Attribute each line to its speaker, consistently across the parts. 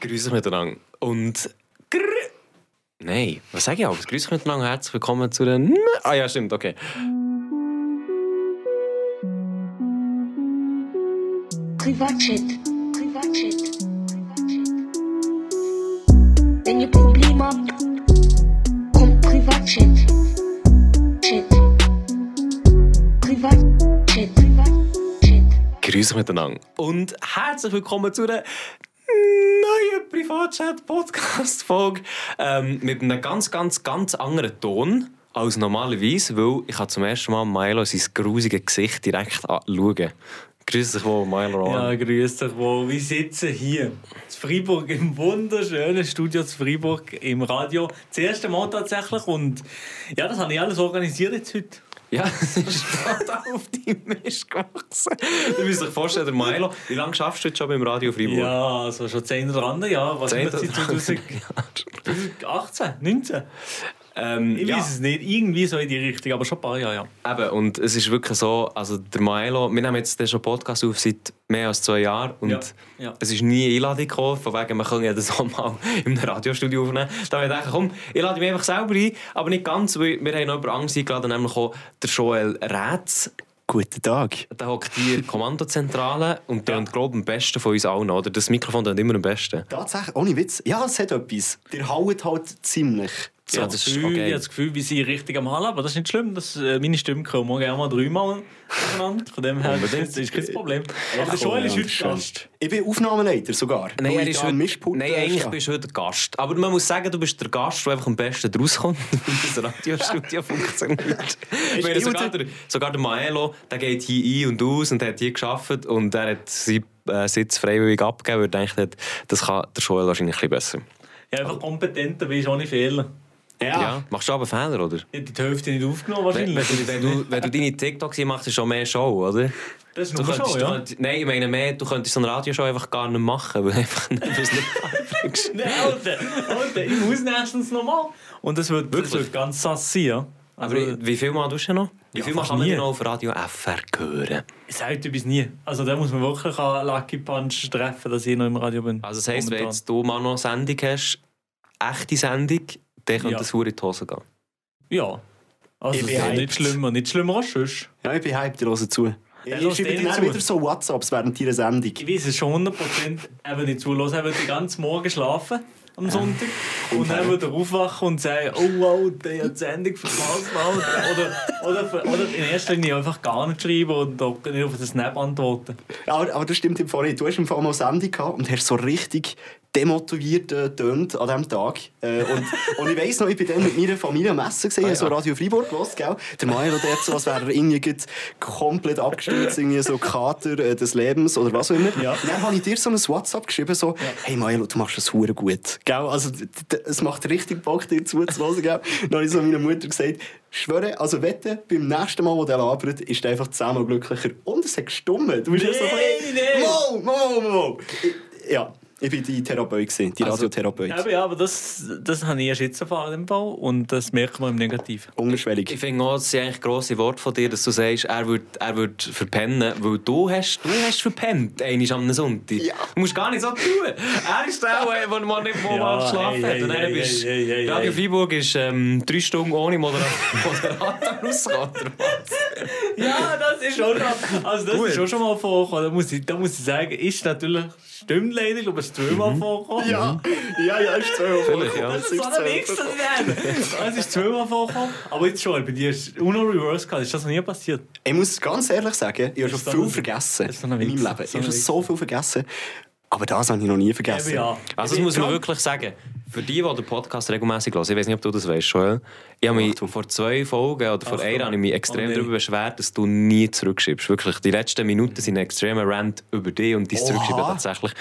Speaker 1: Grüß euch miteinander. Und. Grrr. Nein, was sage ich alles? Grüß euch miteinander, herzlich willkommen zu den. Ah ja, stimmt, okay.
Speaker 2: Privatchat. Privatchat. Wenn ihr Probleme habt, kommt Privatchat. Chat. Privatchat. Privatchat.
Speaker 1: Grüß euch miteinander. Und herzlich willkommen zu der neuen Privatchat-Podcast-Folge. Ähm, mit einem ganz, ganz, ganz anderen Ton als normalerweise, weil ich habe zum ersten Mal Milo sein grusiges Gesicht direkt anschauen. Grüß dich wohl, Milo.
Speaker 3: Ja, grüß dich wohl. Wir sitzen hier in Freiburg im wunderschönen Studio zu Freiburg im Radio. Das erste Mal tatsächlich. Und ja, das habe ich alles organisiert jetzt heute.
Speaker 1: Ja, es ist gerade auf die Mist gewachsen. Du musst dir vorstellen, der Milo, wie lange schaffst du jetzt schon beim Radio Freiburg?
Speaker 3: Ja, also schon 10 oder andere Jahre. Was
Speaker 1: Zehn
Speaker 3: sind das seit
Speaker 1: oder
Speaker 3: 2000 2018, 19?
Speaker 1: Ähm,
Speaker 3: Ich
Speaker 1: ja.
Speaker 3: weiß es nicht. Irgendwie so in die Richtung, aber schon ein paar Jahre, ja.
Speaker 1: Eben, und es ist wirklich so, also der Milo, wir nehmen jetzt den schon Podcast auf seit mehr als zwei Jahren und
Speaker 3: Ja, ja.
Speaker 1: es ist nie eine Einladung gekommen, von wegen, wir können ja das auch mal im Radiostudio aufnehmen. Da habe ich gedacht, komm, ich lade mich einfach selber ein, aber nicht ganz, weil wir haben noch jemanden anderes eingeladen, nämlich auch der Joel Rätz.
Speaker 4: Guten Tag.
Speaker 1: Da hockt hier in der Kommandozentrale und tönt, glaube ich, am besten von uns allen, oder? Das Mikrofon tönt immer am besten.
Speaker 4: Tatsächlich, ohne Witz. Ja, es hat etwas. Der haut halt ziemlich.
Speaker 1: Ja, das ist
Speaker 3: Gefühl, Ich habe
Speaker 1: okay.
Speaker 3: das Gefühl, wir sind richtig am Hallen, aber das ist nicht schlimm. Das, äh, meine Stimme kommt morgen auch mal dreimal aufeinander. Von dem her das ist kein Problem. Aber der Joel ist heute Gast.
Speaker 4: Ich bin Aufnahmeleiter sogar.
Speaker 1: Nein,
Speaker 4: Weil
Speaker 1: er
Speaker 4: ich
Speaker 1: ist
Speaker 4: da am
Speaker 1: heute,
Speaker 4: Mischpult
Speaker 1: nein
Speaker 4: äh,
Speaker 1: eigentlich
Speaker 4: stehe.
Speaker 1: bist du heute Gast. Aber man muss sagen, du bist der Gast, der einfach am besten rauskommt, weil das Radiostudio funktioniert. Ich meine,
Speaker 4: immer
Speaker 1: sogar,
Speaker 4: der-
Speaker 1: der, sogar der Maelo der geht hier ein und aus und hat hier geschafft und er hat seinen äh, Sitz freiwillig abgegeben, weil er denkt, hat, das kann der Joel wahrscheinlich ein bisschen besser.
Speaker 3: Ja, einfach kompetenter bist ohne Fehler.
Speaker 1: Ja.
Speaker 4: Ja.
Speaker 1: Machst du aber Fehler, oder?
Speaker 3: Ich hätte die Hälfte nicht aufgenommen
Speaker 1: Wenn, wenn,
Speaker 3: wahrscheinlich.
Speaker 1: du, wenn, du, wenn du deine TikToks hier machst, ist schon mehr Show, oder?
Speaker 3: das ist
Speaker 1: Du
Speaker 3: nur
Speaker 1: könntest,
Speaker 3: schon,
Speaker 1: du
Speaker 3: ja.
Speaker 1: könntest, nein, ich meine mehr, du könntest so eine Radioshow einfach gar nicht machen, weil einfach nicht, weil es nicht anbringst.
Speaker 3: Nein, Alter, Alter, ich muss nächstens nochmal. Und das wird, das wird ganz sass sein, ja. Also,
Speaker 1: Aber wie viel Mal tust du noch? Wie
Speaker 3: Ja,
Speaker 1: viel Mal
Speaker 3: fast
Speaker 1: kann man
Speaker 3: nie.
Speaker 1: denn noch auf Radio FR hören?
Speaker 3: selten bis nie. Also da muss man wirklich einen Lucky Punch treffen, dass ich noch im Radio bin.
Speaker 1: Also das heisst, wenn
Speaker 3: Momentan.
Speaker 1: jetzt du mal noch eine Sendung hast, echte Sendung, dann könnte
Speaker 3: Ja.
Speaker 1: das hure in die Hose gehen.
Speaker 3: Ja. Also
Speaker 4: Ich
Speaker 3: das ist
Speaker 4: bin
Speaker 3: nicht
Speaker 4: hyped.
Speaker 3: schlimmer, nicht schlimmer als sonst.
Speaker 4: ja, ich bin hyped, ihr hört zu.
Speaker 3: hört
Speaker 4: Ich schreibe
Speaker 3: denen
Speaker 4: dir dann
Speaker 3: zu.
Speaker 4: wieder so WhatsApps während deiner Sendung.
Speaker 3: Ich weiß es schon 100%, eben nicht zulassen. Er wird den ganzen Morgen schlafen am Sonntag und dann wird er aufwachen und sagen, oh wow, der hat die Sendung verpasst. Alter. Oder, oder, oder in erster Linie einfach gar nicht schreiben und auch nicht auf den Snap antworten.
Speaker 4: Ja, Aber, aber das stimmt im Fall nicht. Du hast im Fall mal Sendung gehabt und hast so richtig demotiviert äh, getönt an diesem Tag. Äh, und, und ich weiss noch, ich bin dann mit meiner Familie am Essen gesehen, so Radio Freiburg gehört, gell? Der Meier dort so, als wäre er irgendwie gerade komplett abgestürzt, irgendwie so Kater äh, des Lebens oder was auch immer.
Speaker 3: Ja.
Speaker 4: Und dann habe ich dir so ein WhatsApp geschrieben, so, hey Milo, du machst das hure gut. Gell? Also, d- d- es macht richtig Bock, dir zuzuhören, gell? Dann habe ich so meiner Mutter gesagt, schwöre, also wette, beim nächsten Mal, wo der labert, ist der einfach zehnmal glücklicher. Und es hat gestummt. Du bist ja so ein bisschen-
Speaker 3: Nee, nee.
Speaker 4: Mo, mo, mo. Ich- Ja, ich war die Therapeut, gewesen, die Radiotherapeut.
Speaker 3: Aber Also, ja, aber das, das habe ich erst jetzt erfahren im Bau und das merkt man im Negativen.
Speaker 4: Unterschwellig.
Speaker 1: Ich finde auch, es sind eigentlich grosse Worte von dir, dass du sagst, er wird, er wird verpennen, weil du hast, du hast verpennt, einmal am Sonntag.
Speaker 4: Ja.
Speaker 1: Du musst gar nicht so tun. Er ist der, der der mal nicht mal
Speaker 3: Ja,
Speaker 1: geschlafen
Speaker 3: hey,
Speaker 1: hat. Und
Speaker 3: hey,
Speaker 1: dann
Speaker 3: hey,
Speaker 1: bist
Speaker 3: hey, hey, hey,
Speaker 1: Radio
Speaker 3: hey.
Speaker 1: Freiburg ist ähm, drei Stunden ohne Moderator, Moderator rausgekommen. oder was?
Speaker 3: Ja, das ist schon, also das
Speaker 1: Gut.
Speaker 3: ist auch schon mal vorgekommen. Da muss ich, da muss ich sagen, ist natürlich, stimmt leider, ich glaube, es ist zweimal vorgekommen.
Speaker 4: Ja, ja, ja, ist zwölf.
Speaker 1: Vielleicht, ja.
Speaker 3: Das ist so ein Wichser werden. Das ist zweimal vorgekommen. Aber jetzt schon, bei dir ist Uno Reverse gehabt. Ist das noch nie passiert?
Speaker 4: Ich muss ganz ehrlich sagen, ich habe schon
Speaker 3: Ist so
Speaker 4: viel
Speaker 3: ein-
Speaker 4: vergessen
Speaker 3: ist so
Speaker 4: in
Speaker 3: ein
Speaker 4: meinem Leben. Ich
Speaker 3: Wichser,
Speaker 4: habe
Speaker 3: so ein
Speaker 4: schon so viel vergessen. Aber das habe ich noch nie vergessen.
Speaker 3: Eben ja.
Speaker 1: Also das muss man wirklich sagen. Für die, die den Podcast regelmäßig hören, ich weiß nicht, ob du das weißt, Joel. Ich habe mich vor zwei Folgen oder vor
Speaker 3: Achtung.
Speaker 1: einer habe ich mich extrem
Speaker 3: Oh nein.
Speaker 1: darüber beschwert, dass du nie zurückschiebst. Wirklich, die letzten Minuten sind ein extremer Rant über dich und dein
Speaker 4: Oha.
Speaker 1: Zurückschieben tatsächlich.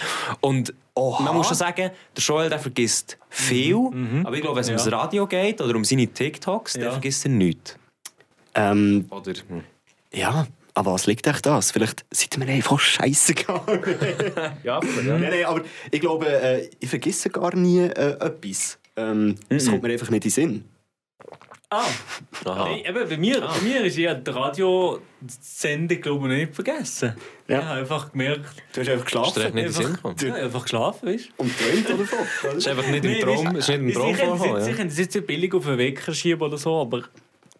Speaker 1: Und
Speaker 4: Oha.
Speaker 1: man muss schon sagen, der Joel der vergisst viel, aber ich glaube, wenn es ums
Speaker 3: Ja.
Speaker 1: Radio geht oder um seine TikToks, der
Speaker 3: Ja.
Speaker 1: vergisst er nichts.
Speaker 4: Ähm,
Speaker 1: Oder...
Speaker 4: ja, an was liegt euch das? Vielleicht sind wir einfach scheiße gegangen.
Speaker 1: Ja,
Speaker 4: Nein, nein, aber ich glaube, äh, ich vergesse gar nie äh, etwas. Ähm, Es kommt mir einfach nicht in den Sinn.
Speaker 3: Ah,
Speaker 1: Aha.
Speaker 3: nee, eben, bei mir, bei mir ist ja die Radiosendung, glaube ich, nicht vergessen.
Speaker 4: Ja.
Speaker 3: Ich habe einfach gemerkt,
Speaker 4: Du
Speaker 1: Ist
Speaker 4: hast einfach
Speaker 1: dir echt
Speaker 4: geschlafen
Speaker 1: nicht in den Sinn gekommen?
Speaker 3: ja, ich habe einfach geschlafen, weißt du.
Speaker 4: und träumt oder so.
Speaker 1: Ist einfach nicht im
Speaker 3: Nee,
Speaker 1: Traum, ist nicht im Traum
Speaker 3: sicher,
Speaker 1: vorgekommen,
Speaker 3: Sie
Speaker 1: ja.
Speaker 3: können es jetzt nicht billig auf den Wecker schieben oder so, aber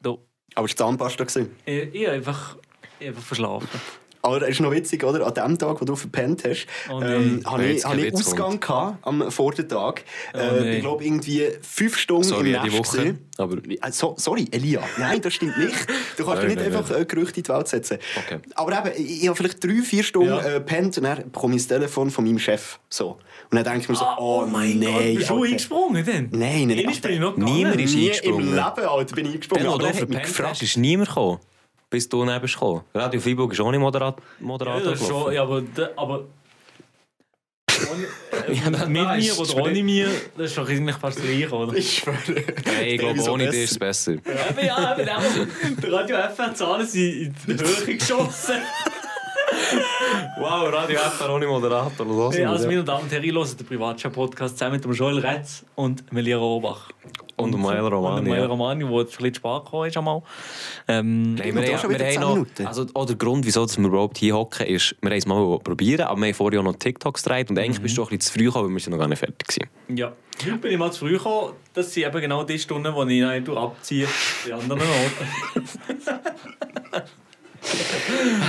Speaker 3: da,
Speaker 4: Aber es war Zahnpasta. gewesen.
Speaker 3: ich, ich habe einfach, ich habe einfach verschlafen.
Speaker 4: Aber es ist noch witzig, oder? An dem Tag, wo du verpennt hast,
Speaker 3: Oh nein.
Speaker 4: ähm, habe
Speaker 1: Nein,
Speaker 4: ich,
Speaker 1: jetzt
Speaker 4: hab ich
Speaker 1: geht's Oh
Speaker 4: Ausgang gehabt am Vordertag.
Speaker 3: nein.
Speaker 4: äh, ich glaube, irgendwie fünf Stunden
Speaker 1: Sorry,
Speaker 4: im
Speaker 1: jede
Speaker 4: Nest
Speaker 1: Woche,
Speaker 4: gewesen.
Speaker 1: aber-
Speaker 4: Äh, so, sorry, Elia. Nein, das stimmt nicht. Du kannst
Speaker 1: Nein,
Speaker 4: dir nicht
Speaker 1: nein,
Speaker 4: einfach
Speaker 1: nein.
Speaker 4: äh, Gerüchte in die Welt setzen.
Speaker 1: Okay.
Speaker 4: Aber eben, ich, ich habe vielleicht drei, vier Stunden
Speaker 3: Ja.
Speaker 4: äh, pennt und dann bekomme ich das Telefon von meinem Chef. So. Und dann denke ich mir so, oh, mein nein.
Speaker 3: bist du
Speaker 4: Alter.
Speaker 3: eingesprungen denn?
Speaker 4: Nein, nein,
Speaker 3: Einmal bin ich noch
Speaker 1: niemand
Speaker 3: gegangen.
Speaker 1: ist-
Speaker 4: Nie im
Speaker 1: eingesprungen.
Speaker 4: Leben, Alter, bin ich eingesprungen.
Speaker 1: Dann, wo
Speaker 4: Aber
Speaker 1: du
Speaker 4: er hat mich
Speaker 1: verpennt
Speaker 4: gefragt.
Speaker 1: hast, ist niemand gekommen. Bis du neben bist gekommen. Radio Freiburg ist ohne Moderat
Speaker 3: Ja,
Speaker 1: Moderator
Speaker 3: das ist schon,
Speaker 1: gelaufen.
Speaker 3: ja, aber, da- aber ohne,
Speaker 1: Ja, da-
Speaker 3: mit mir
Speaker 1: da ist es
Speaker 3: oder
Speaker 1: für
Speaker 3: ohne mir, das ist doch eigentlich fast gleich, oder?
Speaker 4: Ich schwöre.
Speaker 1: Nein, ich glaube,
Speaker 4: Wieso
Speaker 1: ohne dich ist
Speaker 4: besser?
Speaker 1: es besser.
Speaker 3: Eben ja, eben dem, der Radio F hat Zahlen in die Höhe geschossen.
Speaker 1: Wow, Radio F ohne Moderator. Los,
Speaker 3: Nee, also, meine Damen und Herren, ich höre den Privatschau-Podcast zusammen mit dem Joel Retz und Melia Robach.
Speaker 1: Und dem Mail
Speaker 3: Und dem Mail
Speaker 1: Romani.
Speaker 3: Romani, der jetzt schon ein bisschen zu spät gekommen ist. Einmal. Ähm,
Speaker 1: Nein,
Speaker 4: Und da
Speaker 1: wir,
Speaker 4: schon
Speaker 1: haben,
Speaker 4: wieder
Speaker 1: wir
Speaker 4: zehn
Speaker 1: haben noch,
Speaker 4: Minuten.
Speaker 1: also auch der Grund, wieso dass wir überhaupt hier hocken, ist, wir haben es mal probieren, aber wir haben vorher auch noch TikToks gedreht und eigentlich bist du auch ein bisschen zu früh gekommen, weil wir sind noch gar nicht fertig waren.
Speaker 3: ja. Ich bin immer zu früh gekommen. Das sind eben genau die Stunden, wo ich dann abziehe, die anderen Orten.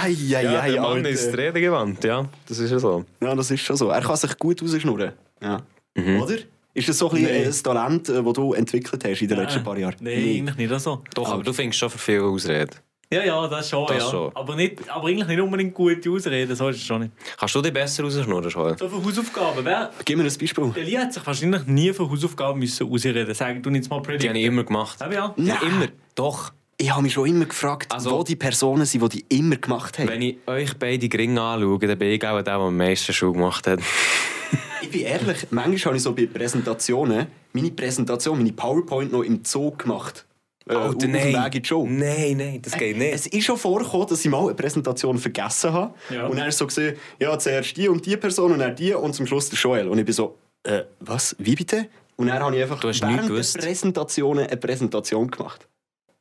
Speaker 4: Ei, ei, ei, Alter.
Speaker 1: Rede gewandt, ja, das ist ja so.
Speaker 4: Ja, das ist schon so. Er kann sich gut rausschnurren. Ja.
Speaker 3: Mhm.
Speaker 4: Oder? Ist das so ein, bisschen
Speaker 3: Nein.
Speaker 4: ein Talent, äh, das du entwickelt hast in den letzten paar Jahren?
Speaker 3: Nein, Ah, eigentlich nicht so.
Speaker 1: Doch, aber du findest schon für viel Ausreden.
Speaker 3: Ja, ja, das schon.
Speaker 1: Das
Speaker 3: ja.
Speaker 1: schon.
Speaker 3: Aber, nicht, aber eigentlich nicht unbedingt gute Ausreden, so ist es schon nicht.
Speaker 1: Kannst du dich besser rausschnurren, Joel?
Speaker 3: So für Hausaufgaben. Wer,
Speaker 4: Gib mir ein Beispiel.
Speaker 3: der Lee hat sich wahrscheinlich nie für Hausaufgaben müssen ausreden. Sag du jetzt mal
Speaker 1: Die
Speaker 3: Predict.
Speaker 1: habe ich immer gemacht.
Speaker 3: Eben ja.
Speaker 1: Ja, immer. Doch.
Speaker 4: Ich habe mich schon immer gefragt,
Speaker 1: Also-
Speaker 4: wo die Personen sind, die die immer gemacht haben.
Speaker 1: Wenn ich euch beide gering anschaue, dann bin ich auch der, der am meisten Schuh gemacht hat.
Speaker 4: Ich bin ehrlich, manchmal habe ich so bei Präsentationen meine Präsentation, meine PowerPoint noch im Zug gemacht. Äh, auf dem Weg in die Show.
Speaker 1: Nein, nein, das geht nicht.
Speaker 4: Äh, Es ist schon vorgekommen, dass ich mal eine Präsentation vergessen habe.
Speaker 3: Ja.
Speaker 4: Und dann ist so gesehen, ja, zuerst die und die Person und dann die und zum Schluss der Joel. Und ich bin so, äh, was? Wie bitte? Und dann habe ich einfach
Speaker 1: Du hast nie
Speaker 4: während
Speaker 1: gewusst.
Speaker 4: der Präsentationen eine Präsentation gemacht.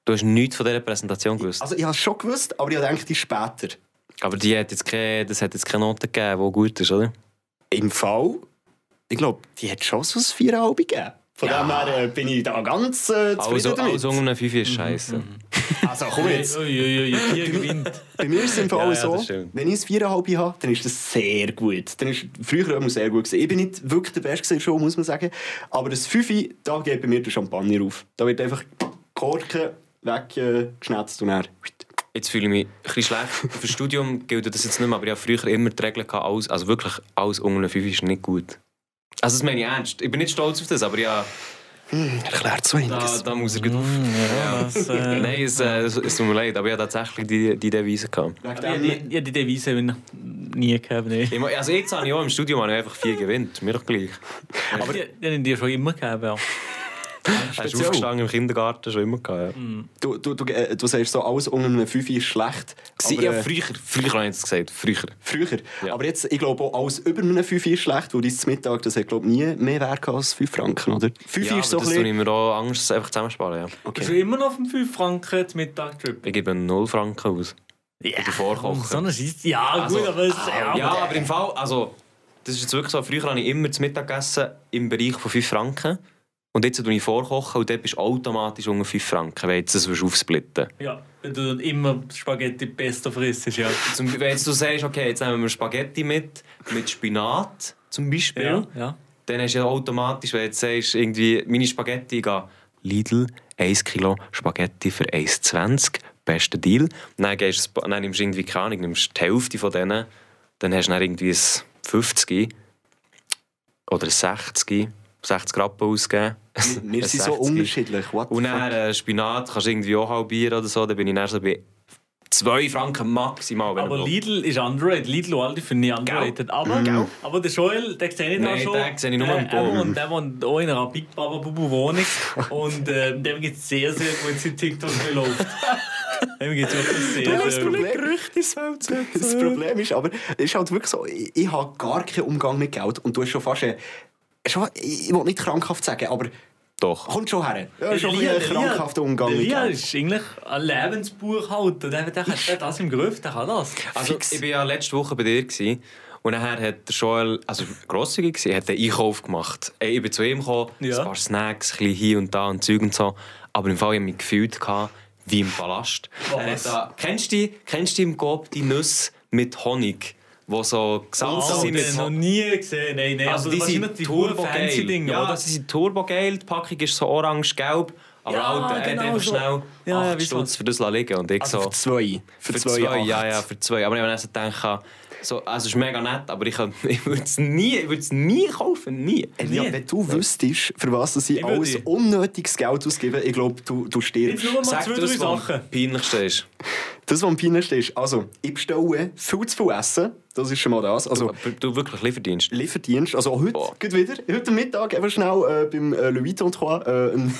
Speaker 1: Du hast nichts von dieser Präsentation gewusst.
Speaker 4: Also ich habe es schon gewusst, aber ich habe gedacht, die ist später.
Speaker 1: Aber die hat jetzt keine, das hat jetzt keine Note gegeben, die gut ist, oder?
Speaker 4: Im Fall, ich glaube, die hat schon so ein Viererhalb gegeben. Von dem her äh, bin ich da ganz äh, zufrieden
Speaker 1: Also,
Speaker 4: damit.
Speaker 1: also um eine 5 ist scheiße.
Speaker 4: Also komm jetzt.
Speaker 3: Uiuiui, hier gewinnt.
Speaker 4: Bei mir ist es im Fall
Speaker 1: Ja, ja,
Speaker 4: so,
Speaker 1: das stimmt.
Speaker 4: wenn ich es viereinhalb habe, dann ist das sehr gut. Dann ist früher immer sehr gut gewesen. Ich bin nicht wirklich der Beste gewesen, schon, muss man sagen. Aber das Fünfe, da geht bei mir der Champagner auf. Da wird einfach Korken weggeschnetzt äh, geschnetzt und dann...
Speaker 1: Jetzt fühle ich mich ein bisschen schlecht. Für das Studium gilt das jetzt nicht mehr, aber ich habe früher immer die Regeln gehabt, alles, also wirklich alles unter einer 5 ist nicht gut. Also das meine ich ernst. Ich bin nicht stolz auf das, aber ja,
Speaker 4: Erklärt so
Speaker 1: da,
Speaker 4: einiges.
Speaker 1: da muss er gut auf.
Speaker 3: Das, äh,
Speaker 1: Nein, es, äh, es, es tut mir leid, aber ich habe tatsächlich die, die Devise gehabt.
Speaker 4: Wegen
Speaker 3: Ja,
Speaker 4: dem-
Speaker 3: die, ja, die Devise habe ich nie gehabt. Nee.
Speaker 1: Ich mein, Also jetzt habe ich auch im Studium habe ich einfach vier gewinnt. Mir doch gleich.
Speaker 3: Aber die, die habe ich dir schon immer gehabt. Ja.
Speaker 1: Hast du
Speaker 4: Speziell. Mhm.
Speaker 1: aufgestanden im Kindergarten schon immer gehabt? Ja.
Speaker 4: Du, du, du, äh, du sagst so, alles unter einem Fünfe ist schlecht.
Speaker 1: Sie,
Speaker 4: aber,
Speaker 1: ja,
Speaker 4: äh,
Speaker 1: früher, früher habe ich es gesagt, früher.
Speaker 4: früher.
Speaker 1: Ja.
Speaker 4: Aber jetzt, ich glaube auch alles über einem Fünfe ist schlecht, weil dein Mittag, das hat glaube ich nie mehr Wert gehabt als 5 Franken, oder? Fünfe
Speaker 1: Ja, aber
Speaker 4: ist so ein
Speaker 1: das tue ich
Speaker 4: bisschen...
Speaker 1: mir auch Angst, einfach zusammensparen. Ja.
Speaker 3: Bist du immer noch auf dem 5 franken mittag trip
Speaker 1: Ich gebe 0 Franken aus.
Speaker 3: Ja,
Speaker 1: der Vorkochen.
Speaker 3: So eine Scheiße. Ja, gut, aber es ist
Speaker 1: Also,
Speaker 3: ja.
Speaker 1: ah, Ja, aber im Fall, also, das ist jetzt wirklich so, früher habe ich immer zu Mittag gegessen im Bereich von 5 Franken. Und jetzt tue ich vorkochen und dort bist du automatisch unter 5 Franken, wenn jetzt das willst aufsplitten
Speaker 3: Ja, wenn du dann immer Spaghetti pesto frisst, ist ja.
Speaker 1: Zum, Wenn jetzt du sagst, okay, jetzt nehmen wir Spaghetti mit, mit Spinat zum Beispiel,
Speaker 3: ja.
Speaker 1: dann hast du ja automatisch, wenn du jetzt sagst, irgendwie, meine Spaghetti gehen Lidl, 1 Kilo Spaghetti für 1,20, bester Deal. Und Dann, gehst du, ein paar- dann nimmst du irgendwie, keine Ahnung, nimmst die Hälfte von denen, dann hast du dann irgendwie ein 50 oder ein 60, 60 Rappen ausgegeben.
Speaker 4: Wir
Speaker 1: Ein
Speaker 4: sind so
Speaker 1: 60.
Speaker 4: unterschiedlich. What the
Speaker 1: Und
Speaker 4: fuck?
Speaker 1: dann äh, Spinat kannst du irgendwie auch halbieren oder so, dann bin ich dann so bei 2 Franken maximal. wenn
Speaker 3: Aber
Speaker 1: überhaupt.
Speaker 3: Lidl ist underrated. Lidl und Aldi finde ich underrated. Aber, aber der Joel, den sehe ich da
Speaker 1: Mhm. Nein,
Speaker 3: schon.
Speaker 1: den sehe ich nur am
Speaker 3: Der-
Speaker 1: Baum.
Speaker 3: eben, Und der wohnt auch in einer Big Baba Bubu Wohnung. und ähm, dem gibt es sehr, sehr gut seinen TikTok gelaufen. dem gibt es wirklich sehr,
Speaker 4: Das
Speaker 3: sehr gut.
Speaker 4: Problem, das Problem ist aber, es ist halt wirklich so, ich, ich habe gar keinen Umgang mit Geld und du hast schon fast... Eine, schon, ich ich will nicht krankhaft sagen, aber
Speaker 1: Doch.
Speaker 4: Kommt schon her. Ja, schon ein bisschen krankhafter Umgang mit
Speaker 3: Lia
Speaker 4: Geld.
Speaker 3: ist eigentlich ein Lebensbuchhalter. Der, der hat der hat das im Griff, der kann das.
Speaker 1: Also, ich war ja letzte Woche bei dir gewesen, und nachher hat der Joel, also grosszügig gewesen, hat den Einkauf gemacht. Ey, Ich bin zu ihm gekommen,
Speaker 3: Ja.
Speaker 1: ein paar Snacks, ein bisschen hier und da und Zeug und so. Aber im Fall habe ich mich gefühlt gehabt wie im Palast. Er hat
Speaker 3: Was?
Speaker 1: da, kennst du die- kennst du im Gob die Nüsse mit Honig, die so gesalzen
Speaker 3: das
Speaker 1: sind mit
Speaker 3: noch
Speaker 1: Honig?
Speaker 3: nie gesehen. Nein, nein.
Speaker 1: Also, die
Speaker 3: wahrscheinlich
Speaker 1: sind turbogeil.
Speaker 3: Dinge,
Speaker 1: Ja,
Speaker 3: oder?
Speaker 1: sie sind turbogeil. Die Packung ist so orange-gelb. Aber
Speaker 3: Ja,
Speaker 1: Alter, er
Speaker 3: genau
Speaker 1: hat einfach
Speaker 3: so.
Speaker 1: schnell
Speaker 3: Ja, ja,
Speaker 1: 8
Speaker 3: wie
Speaker 1: Stutz
Speaker 3: so.
Speaker 1: für das liegen lassen. Und ich
Speaker 4: Also
Speaker 1: so...
Speaker 4: für zwei. Für, zwei,
Speaker 1: ja,
Speaker 4: acht.
Speaker 1: ja, für zwei. Aber ich habe dann so gedacht, so, also es ist mega nett, aber ich, kann- ich würde es nie, ich würde es nie kaufen, nie.
Speaker 4: Ja, wenn du wüsstest, für was dass ich
Speaker 3: würde-
Speaker 4: alles unnötiges Geld ausgebe, ich glaube, du, du
Speaker 3: Jetzt
Speaker 4: stirbst.
Speaker 3: nur mal zwei, drei
Speaker 1: das, was
Speaker 3: Sachen.
Speaker 1: am peinlichste ist.
Speaker 4: Das, was am peinlichsten ist, also, ich bestelle viel zu viel Essen. Das ist schon mal das. Also,
Speaker 1: Du- Du wirklich Lieferdienst.
Speaker 4: Lieferdienst, also auch heute,
Speaker 1: Boah.
Speaker 4: geht wieder, heute Mittag einfach schnell äh, beim äh, Louis Vuitton äh, ein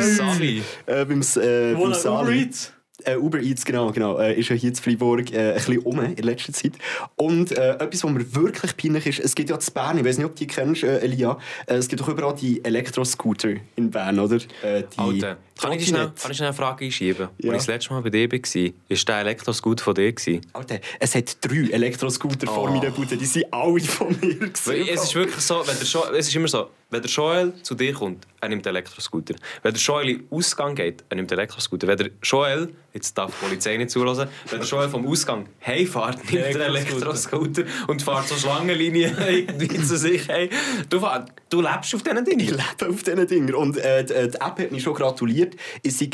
Speaker 1: Sali.
Speaker 4: äh, beim, S- äh, beim
Speaker 3: Voilà, Uber
Speaker 4: Sali.
Speaker 3: Eats.
Speaker 4: Äh, Uber Eats, genau, genau. Äh, ist ja hier in Freiburg äh, ein bisschen um in letzter Zeit. Und äh, etwas, was mir wirklich peinlich ist, es gibt ja in Bern, ich weiß nicht, ob du die kennst, äh, Elia, äh, es gibt doch überall die Elektroscooter in Bern, oder? Äh, die
Speaker 1: Alter, kann ich dich schnell,
Speaker 4: Trottinette.
Speaker 1: kann ich schnell eine Frage einschieben?
Speaker 4: Ja.
Speaker 1: Als ich das letzte Mal bei dir war, war der Elektroscoot von dir? Gewesen?
Speaker 4: Alter, es hat drei Elektroscooter vor
Speaker 1: Oh.
Speaker 4: meiner Bude, die sind alle von mir
Speaker 1: Weil
Speaker 4: gewesen.
Speaker 1: es ist wirklich so, wenn der jo es ist immer so, wenn der Joel zu dir kommt, er nimmt den Elektroscooter. Wenn der Joel in den Ausgang geht, er nimmt den Elektroscooter. Wenn der Joel, jetzt darf die Polizei nicht zulassen, wenn der Joel vom Ausgang heimfährt, nimmt er den Elektroscooter und fährt so Schlangenlinien irgendwie zu sich hey Du, fahr- du lebst auf diesen
Speaker 4: Ich
Speaker 1: Dingen.
Speaker 4: lebe auf diesen Dinger. Und äh, die, äh, die App hat mich schon gratuliert. Ich sei,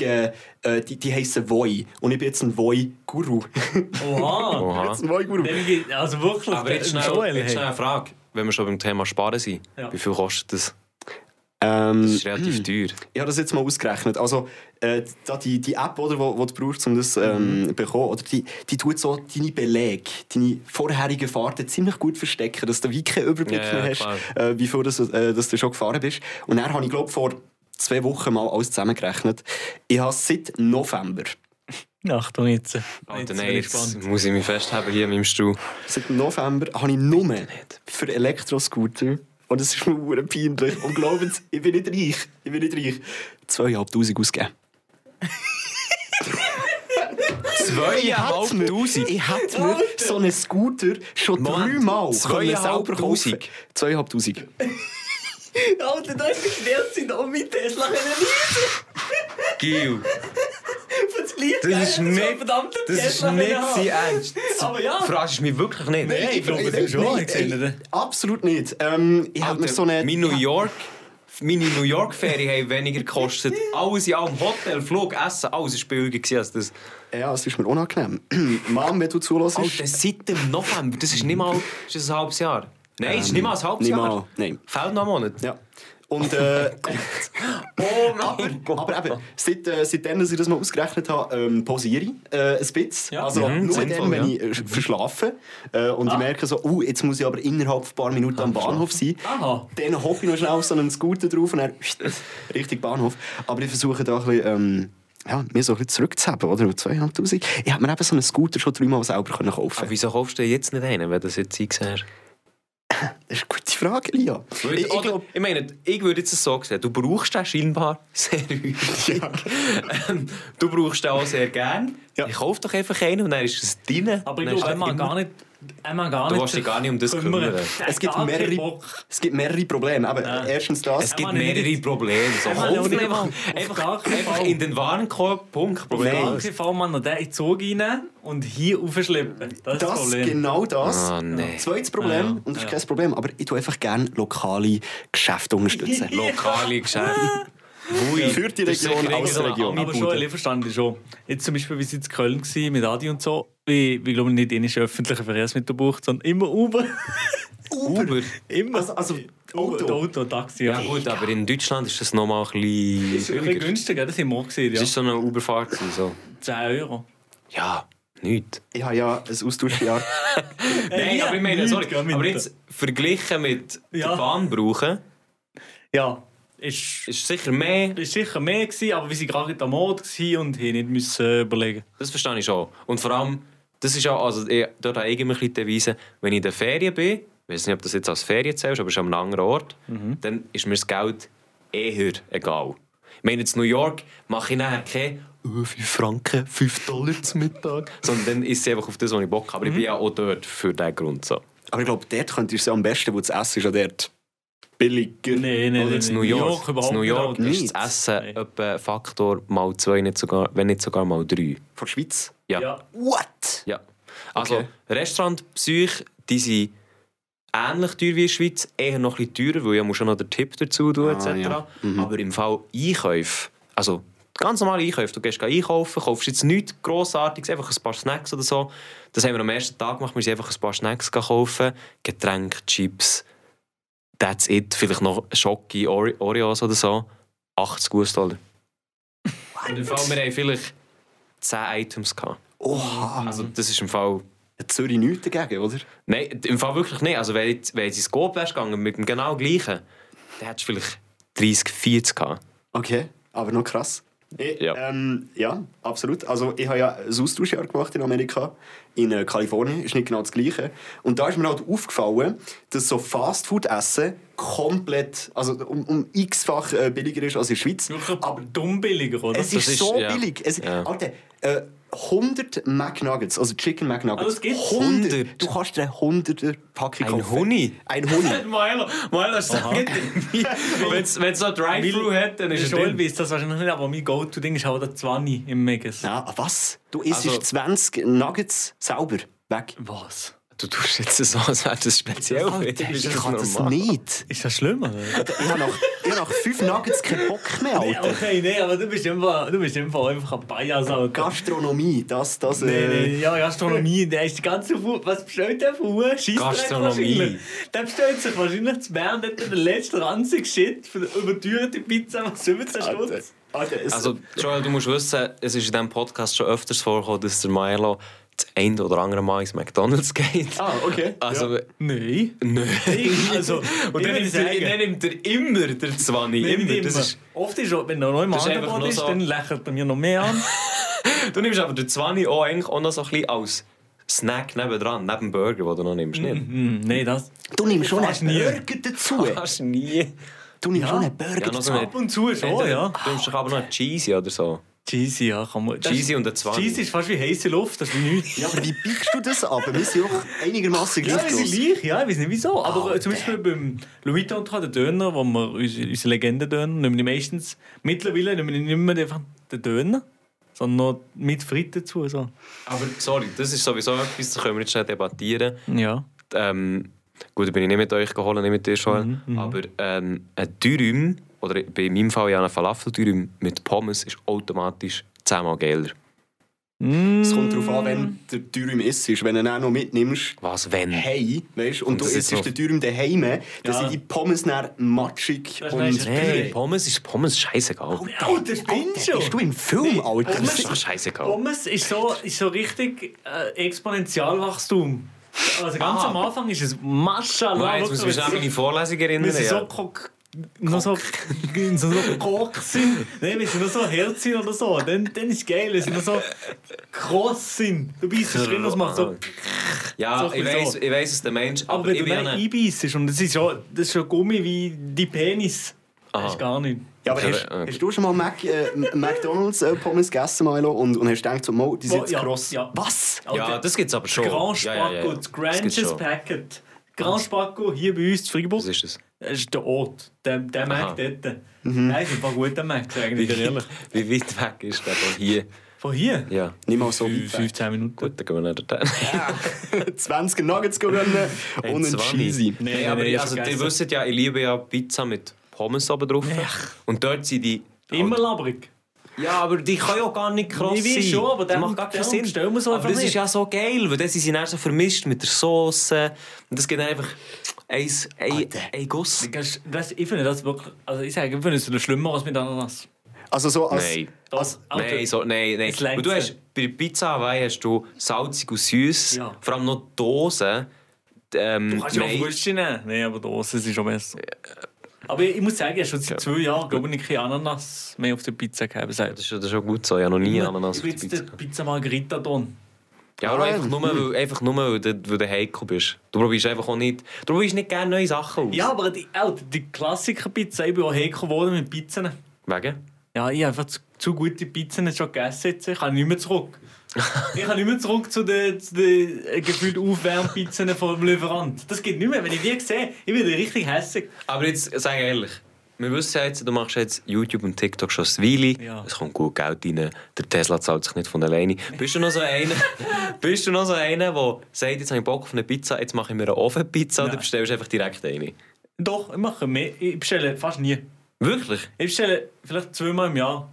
Speaker 4: äh, die, die heissen Voi. Und ich bin jetzt ein Voi-Guru.
Speaker 3: Oha.
Speaker 1: Oha.
Speaker 4: ein Voi-Guru.
Speaker 3: Dem geht- Also wirklich.
Speaker 1: Aber jetzt
Speaker 3: der
Speaker 1: schnell,
Speaker 3: Joel,
Speaker 1: jetzt
Speaker 3: hey.
Speaker 1: schnell eine Frage. Wenn wir schon beim Thema Sparen sind,
Speaker 3: Ja. Mm.
Speaker 1: wie viel kostet das? Das
Speaker 4: Ähm,
Speaker 1: ist relativ teuer.
Speaker 4: ich habe das jetzt mal ausgerechnet. Also, äh, da die, die App, oder, wo, wo du brauchst, um
Speaker 1: Mhm.
Speaker 4: das ähm, zu bekommen, oder, die, die tut so deine Belege, deine vorherigen Fahrten ziemlich gut verstecken, dass du wie keinen Überblick
Speaker 1: Ja, ja,
Speaker 4: mehr
Speaker 1: klar.
Speaker 4: hast, äh, wie viel das, äh, dass du schon gefahren bist. Und dann habe ich, glaube vor zwei Wochen mal alles zusammengerechnet. Ich habe seit November,
Speaker 3: Achtung jetzt.
Speaker 1: Alter,
Speaker 3: Jetzt
Speaker 1: nein,
Speaker 3: bin ich
Speaker 1: jetzt
Speaker 3: gespannt.
Speaker 1: muss ich mich festhalten hier in meinem Stuhl.
Speaker 4: seit November habe ich nur für Elektroscooter, und es ist mir verdammt peinlich, und glauben Sie, ich bin nicht reich, ich bin nicht reich, 2'500 ausgegeben.
Speaker 1: 2500?
Speaker 4: Ich hätte mir so einen Scooter schon
Speaker 1: Moment,
Speaker 4: dreimal können
Speaker 1: 2500.
Speaker 4: selber kaufen 2500.
Speaker 3: Alter, da ist die erste noch mit Tesla können reisen.
Speaker 1: Gil,
Speaker 3: Das Lied
Speaker 1: das ist nicht,
Speaker 3: verdammt
Speaker 1: das ist nicht sein Ernst.
Speaker 3: Aber ja.
Speaker 1: Fragst du mich wirklich nicht?
Speaker 3: Nein, ich glaube, das ist schon.
Speaker 4: Nein,
Speaker 3: Ich sehe
Speaker 4: ey,
Speaker 3: nicht.
Speaker 4: absolut nicht. Ähm, ich hätte mir
Speaker 1: Alter,
Speaker 4: so eine...
Speaker 1: meine New York, meine New York Ferien haben weniger gekostet. Alles in allem, Hotel, Flug, Essen, alles war billiger gewesen als das.
Speaker 4: Ja, es ist mir unangenehm. Mom, wenn du zulässt...
Speaker 1: Alter, seit dem November, das ist nicht mal, ist das ein halbes Jahr. Nein, das ist nicht mal ein halbes
Speaker 4: nicht
Speaker 1: Jahr.
Speaker 4: mal, nein.
Speaker 1: Fehlt noch ein Monat.
Speaker 4: Ja. Und äh,
Speaker 1: Oh
Speaker 4: aber, aber eben, seit, äh, seitdem dass ich das mal ausgerechnet habe, ähm, pausiere ich äh, ein bisschen.
Speaker 3: Ja.
Speaker 4: Also
Speaker 1: Mhm,
Speaker 4: nur
Speaker 1: sinnvoll,
Speaker 4: dann, wenn
Speaker 1: ja.
Speaker 4: ich äh, verschlafe äh, und ich merke so, uh, jetzt muss ich aber innerhalb von ein paar Minuten
Speaker 1: Ah,
Speaker 4: am Bahnhof sein.
Speaker 3: Aha.
Speaker 4: Dann hoppe ich noch schnell auf so einen Scooter drauf und dann richtig Bahnhof. Aber ich versuche da ein bisschen... Ähm, ja, mir so ein bisschen zurückzuheben, oder? Mit 2'500. Ich hätte mir eben so einen Scooter schon dreimal selber können kaufen
Speaker 1: Aber
Speaker 4: können.
Speaker 1: wieso kaufst du jetzt nicht einen, wenn das jetzt Zeit wäre?
Speaker 4: Das ist eine gute Frage, Lia.
Speaker 1: Weil,
Speaker 4: Ich- ich
Speaker 1: oder,
Speaker 4: glaub-
Speaker 1: ich meine, ich würde jetzt es so sehen, du brauchst den scheinbar sehr häufig. Ähm, du brauchst den auch sehr gern.
Speaker 4: Ja.
Speaker 1: Ich kaufe doch einfach einen und dann ist es dein.
Speaker 3: Aber ich
Speaker 1: Dann
Speaker 3: glaube,
Speaker 1: ist
Speaker 3: er mag
Speaker 1: immer-
Speaker 3: gar nicht. Er mag gar
Speaker 1: Du
Speaker 3: nicht.
Speaker 1: willst dich gar nicht um das kümmern.
Speaker 4: Es gibt, mehrere, es gibt mehrere Probleme. Aber erstens das.
Speaker 1: Es gibt
Speaker 3: Mann, ich
Speaker 1: mehrere
Speaker 3: nicht.
Speaker 1: Probleme. So,
Speaker 3: Ja, Mann,
Speaker 1: kauf
Speaker 3: auch nicht.
Speaker 1: einfach,
Speaker 3: Auf gar
Speaker 1: einfach,
Speaker 3: keinen
Speaker 1: einfach
Speaker 3: Fall.
Speaker 1: in den Warenkorb, Punkt, Problem.
Speaker 4: Nein.
Speaker 3: Auf jeden Fall mal noch den in den Zug rein und hier raufschleppen. Das ist das
Speaker 4: das,
Speaker 3: Problem.
Speaker 4: genau das.
Speaker 1: Ah, nee.
Speaker 4: Zweites Problem,
Speaker 3: Ja, ja.
Speaker 4: und das ist
Speaker 3: Ja.
Speaker 4: kein Problem, aber ich tue einfach gerne lokale Geschäfte unterstützen.
Speaker 1: Lokale Geschäfte. Hui.
Speaker 4: Für die
Speaker 1: Das ist
Speaker 4: Region,
Speaker 1: sicher
Speaker 4: aus der
Speaker 1: irgendeine
Speaker 4: Region.
Speaker 1: Ami-
Speaker 3: Aber schon, ich verstand ich schon. Jetzt zum Beispiel, wie sie in Köln war, mit Adi und so, wie, wie glaube ich, nicht inische öffentliche Verkehrsmittel braucht, sondern immer Uber.
Speaker 1: Uber.
Speaker 3: immer.
Speaker 4: Also, also
Speaker 3: Auto,
Speaker 4: Auto.
Speaker 3: Auto Taxi. Ja.
Speaker 1: Ja gut, aber in Deutschland ist das nochmal ein
Speaker 3: Das ist ein
Speaker 1: bisschen
Speaker 3: bisschen
Speaker 1: billiger.
Speaker 3: günstiger, das haben wir auch gesehen, ja.
Speaker 1: Das ist so eine Uberfahrt. gewesen, So.
Speaker 3: 10 Euro.
Speaker 1: Ja, nichts.
Speaker 4: Ich habe ja ein Austauschjahr.
Speaker 1: Nein,
Speaker 3: ja,
Speaker 1: aber ich meine,
Speaker 3: nichts,
Speaker 1: sorry,
Speaker 3: ja, mit-
Speaker 1: aber jetzt verglichen mit
Speaker 3: Ja.
Speaker 1: der Bahn brauchen,
Speaker 3: Ja, ist,
Speaker 1: ist sicher mehr,
Speaker 3: ist sicher mehr gewesen, aber wir waren gerade nicht am Ort gewesen und haben nicht müssen äh, überlegen.
Speaker 1: das verstehe eh, ich schon. Und vor allem, das ist auch, also ich, dort habe ich immer ein bisschen die Devise, wenn ich in der Ferien bin, ich weiß nicht, ob das jetzt als Ferien zählst, aber es ist an einem anderen Ort, dann ist mir das Geld eher egal. Ich meine, in New York mache ich nachher keine «Oh, 5 Franken, 5 Dollar zum Mittag, sondern dann ist es einfach auf das, was ich Bock habe. Aber ich bin ja auch dort für diesen Grund. So.
Speaker 4: Aber ich glaube, dort könnt ihr es ja am besten, wo das Essen ist, ja dort billiger.
Speaker 3: Nein, nein,
Speaker 1: Oder in New York. In New York
Speaker 4: nicht.
Speaker 1: ist das Essen
Speaker 3: Nein.
Speaker 1: etwa Faktor mal zwei, nicht sogar, wenn nicht sogar mal drei.
Speaker 4: Von der Schweiz.
Speaker 1: Ja. ja.
Speaker 3: Ja.
Speaker 4: What?
Speaker 1: Also
Speaker 4: Okay.
Speaker 1: Restaurant Psych, die sind ähnlich teuer wie in der Schweiz, eher noch ein bisschen teurer, weil ja muss schon noch den Tipp dazu tun etc.
Speaker 4: Ah, ja. Mhm.
Speaker 1: Aber im Fall Einkäufe, also ganz normal Einkäufe, du gehst geh einkaufen, kaufst jetzt nichts Grossartiges, einfach ein paar Snacks oder so. Das haben wir am ersten Tag gemacht, wir sind einfach ein paar Snacks gekauft, Getränke, Chips, that's it, vielleicht noch Schocke, Ore Oreos oder so. 80 US-Dollar. Und im Fall, wir haben vielleicht 10 Items gehabt.
Speaker 4: Oha.
Speaker 1: Also das ist im Fall...
Speaker 4: Hat Zürich nichts dagegen, oder?
Speaker 1: Nein, im Fall wirklich nicht. Also, wenn jetzt wenn jetzt ins Coop wärst gegangen mit dem genau gleichen, dann hättest du vielleicht 30, 40 gehabt.
Speaker 4: Okay, aber noch krass. Ich,
Speaker 1: Ja.
Speaker 4: Ähm, ja, absolut. Also ich habe ja ein Austauschjahr gemacht in Amerika, in äh, Kalifornien, ist nicht genau das gleiche. Und da ist mir halt aufgefallen, dass so Fastfood-Essen komplett, also um, um x-fach äh, billiger ist als in der Schweiz.
Speaker 3: Wirklich aber dumm billiger, oder?
Speaker 4: Es
Speaker 1: Das
Speaker 4: ist,
Speaker 1: ist-
Speaker 4: so
Speaker 1: ja.
Speaker 4: billig. Es,
Speaker 1: Ja.
Speaker 4: Alter, äh, 100 McNuggets, also Chicken McNuggets.
Speaker 3: Also es gibt
Speaker 4: 100.
Speaker 1: 100.
Speaker 4: Du kannst dir 100 Packung
Speaker 1: Ein
Speaker 4: kaufen.
Speaker 1: Huni?
Speaker 4: Ein Huni.
Speaker 1: Milo, Milo, sag Wenn es so ein Drive-Thru hat, dann
Speaker 3: Ich
Speaker 1: ist
Speaker 3: weiß
Speaker 1: es
Speaker 3: das ist wahrscheinlich nicht, aber mein Go-To-Ding ist halt der 20 im Megas.
Speaker 4: Ja, ah, was? Du isst
Speaker 1: Also-
Speaker 4: 20 Nuggets sauber weg.
Speaker 3: Was?
Speaker 1: Du tust jetzt so, als wäre das speziell.
Speaker 4: Alter, ich
Speaker 1: Ist das
Speaker 4: kann das
Speaker 1: normal?
Speaker 4: nicht.
Speaker 3: Ist das schlimm, oder?
Speaker 4: Ich habe nach, ich hab nach fünf Nuggets keinen Bock mehr, Alter.
Speaker 3: Okay, nee, aber du bist einfach, du bist einfach, einfach ein Bias, Alter.
Speaker 4: Gastronomie, das, das...
Speaker 1: Eh.
Speaker 3: Nee,
Speaker 4: Äh,
Speaker 3: nee, ja, Gastronomie, der ist die ganze Fu Was bestellt der von Huren? Scheissdreck
Speaker 1: Gastronomie.
Speaker 3: wahrscheinlich. Der bestellt sich wahrscheinlich zu Bern dort den letzten ranzig Shit für eine überteuerte Pizza von 17
Speaker 4: Alter,
Speaker 3: Stutz.
Speaker 4: Alter, es,
Speaker 1: Also, Joel, du musst wissen, es ist in diesem Podcast schon öfters vorgekommen, dass der Milo das eine oder andere Mal ins McDonalds geht.
Speaker 4: ah, okay.
Speaker 1: Also,
Speaker 3: Nein.
Speaker 1: nein.
Speaker 3: Ich- also,
Speaker 1: Und dann
Speaker 3: ich würde
Speaker 1: nimmt,
Speaker 3: sagen-
Speaker 1: er, dann nimmt er immer der 20.
Speaker 3: Nicht
Speaker 1: Immer.
Speaker 3: immer.
Speaker 1: Das ist,
Speaker 3: Oft ist, wenn er noch im
Speaker 1: Das ist
Speaker 3: Angebot
Speaker 1: einfach nur
Speaker 3: ist,
Speaker 1: so-
Speaker 3: dann lächelt er mir noch mehr an.
Speaker 1: Du nimmst aber den 20 auch, eigentlich auch noch so ein bisschen als Snack nebendran, neben dem Burger, den du noch nimmst. Nicht?
Speaker 3: Hm, Nein, das.
Speaker 4: du nimmst schon
Speaker 3: fast
Speaker 4: einen
Speaker 3: nie.
Speaker 4: Burger dazu.
Speaker 1: Hast du nie.
Speaker 4: Du nimmst
Speaker 3: Ja.
Speaker 4: schon einen Burger
Speaker 1: Ja, noch so
Speaker 4: dazu.
Speaker 1: eine,
Speaker 3: Ab und zu schon, ja.
Speaker 1: Du nimmst doch aber noch einen Cheesy oder so.
Speaker 3: Cheesy, ja, kann man. das-
Speaker 1: Cheesy und ein 20.
Speaker 3: Cheesy ist fast wie heiße Luft, das ist wie nichts.
Speaker 4: Ja, aber wie biegst du das ab? Wir sind doch einigermaßen
Speaker 3: Ja,
Speaker 4: gleich
Speaker 3: wir sind
Speaker 4: groß.
Speaker 3: gleich, ja, ich weiß nicht wieso. Aber äh, zum Beispiel beim Louis Vuitton, der Döner, wo wir unsere, unsere Legende Döner, nehmen wir meistens, mittlerweile nehmen wir nicht mehr einfach den Döner, sondern noch mit Fritten dazu. So.
Speaker 1: Aber sorry, das ist sowieso etwas, da können wir jetzt schnell debattieren.
Speaker 3: Ja.
Speaker 1: Ähm, gut, da bin ich nicht mit euch geholt, nicht mit dir
Speaker 3: Mhm,
Speaker 1: schon. aber ähm, ein Dürüm, oder bei meinem Fall ja ein Falafel-Dürüm mit Pommes, ist automatisch zehnmal geiler.
Speaker 4: Es kommt darauf an, wenn der Dürüm isst. Wenn du ihn auch noch mitnimmst,
Speaker 1: Was, wenn?
Speaker 4: hey, weißt, und,
Speaker 1: Und
Speaker 4: du
Speaker 1: das
Speaker 4: isst
Speaker 1: ist so-
Speaker 4: den Dürüm daheim, dann
Speaker 3: Ja.
Speaker 4: sind die Pommes dann matschig
Speaker 3: Das ist
Speaker 4: und...
Speaker 3: nice.
Speaker 1: Nee, Pommes ist Pommes ist scheißegal.
Speaker 3: Oh, das stimmt
Speaker 4: Alter, bist du
Speaker 3: schon.
Speaker 4: im Film, Alter?
Speaker 1: Das ist doch scheißegal.
Speaker 3: Pommes ist so, ist so richtig äh, Exponentialwachstum. Also ganz
Speaker 1: Aha.
Speaker 3: am Anfang ist es Maschallah.
Speaker 1: Nein, jetzt muss ich mich
Speaker 3: wirklich,
Speaker 1: schnell an meine Vorlesung erinnern.
Speaker 3: Wir sind
Speaker 1: ja.
Speaker 3: so kok... Noch so, so, so kok sind. Nein, wir sind noch so hell sind oder so. Dann, dann ist geil. Wir sind noch so kross sind. Du bist drin, das macht so...
Speaker 1: Ja,
Speaker 3: So
Speaker 1: ich
Speaker 3: ein
Speaker 1: weiss,
Speaker 3: bisschen
Speaker 1: ich weiss, was du meinst, aber,
Speaker 3: Aber
Speaker 1: ich
Speaker 3: wenn du
Speaker 1: bin ja
Speaker 3: dann
Speaker 1: nicht...
Speaker 3: einbeissest und das ist schon, das ist schon Gummi wie die Penis.
Speaker 1: Aha.
Speaker 3: Das ist gar nicht.
Speaker 4: Ja, aber
Speaker 1: Okay,
Speaker 4: hast,
Speaker 1: okay.
Speaker 4: hast du schon mal Mac, äh, McDonalds äh, Pommes gegessen, Milo, und, und hast gedacht, so, Mo, die sind
Speaker 3: Mo,
Speaker 4: jetzt
Speaker 3: ja,
Speaker 4: gross.
Speaker 3: ja.
Speaker 4: Was?
Speaker 1: Ja, das gibt's aber schon.
Speaker 3: Grand
Speaker 1: ja, ja,
Speaker 3: Spacco,
Speaker 1: ja.
Speaker 3: Oh, das
Speaker 1: gibt's
Speaker 3: Grandes
Speaker 1: schon.
Speaker 3: Packet. Grand Spacco hier bei uns in Freiburg.
Speaker 1: Was ist das?
Speaker 3: Das ist der Ort, der, der
Speaker 1: Aha.
Speaker 3: Mac dort. Nein, ist ein paar guter Mac, eigentlich. ehrlich.
Speaker 1: Wie weit weg ist der von hier?
Speaker 3: Von hier?
Speaker 1: Ja,
Speaker 4: Nicht mal so
Speaker 3: Fünf-
Speaker 4: weit.
Speaker 3: 15 Minuten.
Speaker 1: gut, dann gehen wir nicht dorthin.
Speaker 4: weg. 20 Nuggets gewinnen und ein
Speaker 1: 20.
Speaker 4: Cheesy.
Speaker 3: Nee,
Speaker 1: Nein,
Speaker 3: nee,
Speaker 1: aber
Speaker 3: nee,
Speaker 1: ich-
Speaker 3: ich
Speaker 1: also, ihr
Speaker 3: vergesse.
Speaker 1: wisst ja, ich liebe ja Pizza mit Pommes oben drauf. Und dort sind die...
Speaker 3: Immer labrig.
Speaker 1: Ja, aber die können ja gar nicht krass
Speaker 3: Ich weiß
Speaker 1: sein.
Speaker 3: schon, aber
Speaker 1: das
Speaker 3: dem-
Speaker 1: macht gar keinen
Speaker 3: dem
Speaker 1: Sinn.
Speaker 3: stellen wir so
Speaker 1: aber
Speaker 3: einfach
Speaker 1: das
Speaker 3: nicht.
Speaker 1: ist ja so geil, weil das sind sie dann so vermischt mit der Sauce. Und das gibt dann einfach ein, ein,
Speaker 4: Alter.
Speaker 1: ein Guss.
Speaker 3: Das, das, ich finde das wirklich. Also ich sage, ich finde es noch schlimmer als mit Ananas.
Speaker 4: Also so als...
Speaker 1: Nein.
Speaker 3: Das,
Speaker 1: Also, Nein, so, nein, nein.
Speaker 3: Das längste.
Speaker 1: Weil du hast, bei der Pizza Hawaii hast du salzig und süß,
Speaker 3: Ja.
Speaker 1: vor allem noch Dosen. Ähm,
Speaker 3: Du kannst ja auch
Speaker 1: nein.
Speaker 3: Früchte nehmen. Nein, aber Dosen sind schon besser. Aber ich, ich muss sagen, ich habe schon seit zwei Jahren, glaube ich, keine Ananas mehr auf der Pizza gehabt.
Speaker 1: das, ist, das ist schon gut so, ich habe noch nie Ananas
Speaker 3: Ich
Speaker 1: auf
Speaker 3: bin
Speaker 1: der
Speaker 3: jetzt der
Speaker 1: Pizza.
Speaker 3: Pizza Margherita Don.
Speaker 1: Ja, aber einfach nur, weil, einfach nur weil, du, weil du heikel bist. Du probierst einfach auch nicht, du probierst nicht gerne neue Sachen aus.
Speaker 3: Ja, aber die, auch die Klassiker-Pizza, ich bin auch heikel geworden mit Pizzen.
Speaker 1: Wegen?
Speaker 3: Ja, ich habe einfach zu, zu gute Pizzen schon gegessen. Jetzt. Ich kann nicht mehr zurück. ich kann nicht mehr zurück zu den, zu den äh, gefühlt Aufwärmpizzen vom Lieferant. Das geht nicht mehr. Wenn ich die sehe, ich werde richtig hässig.
Speaker 1: Aber jetzt, sag ehrlich, wir wissen ja jetzt, du machst jetzt YouTube und TikTok schon eine Weile.
Speaker 3: Ja.
Speaker 1: Es kommt gut Geld rein, der eh, Tesla zahlt sich nicht von alleine. Bist du noch so einer, bist du noch so einer, der sagt, jetzt habe ich Bock auf eine Pizza, jetzt mache ich mir eine Ofenpizza oder
Speaker 3: Nein.
Speaker 1: bestellst du einfach direkt eine?
Speaker 3: Doch, ich mache mehr. Ich bestelle fast nie.
Speaker 1: Wirklich?
Speaker 3: Ich bestelle vielleicht zweimal im Jahr.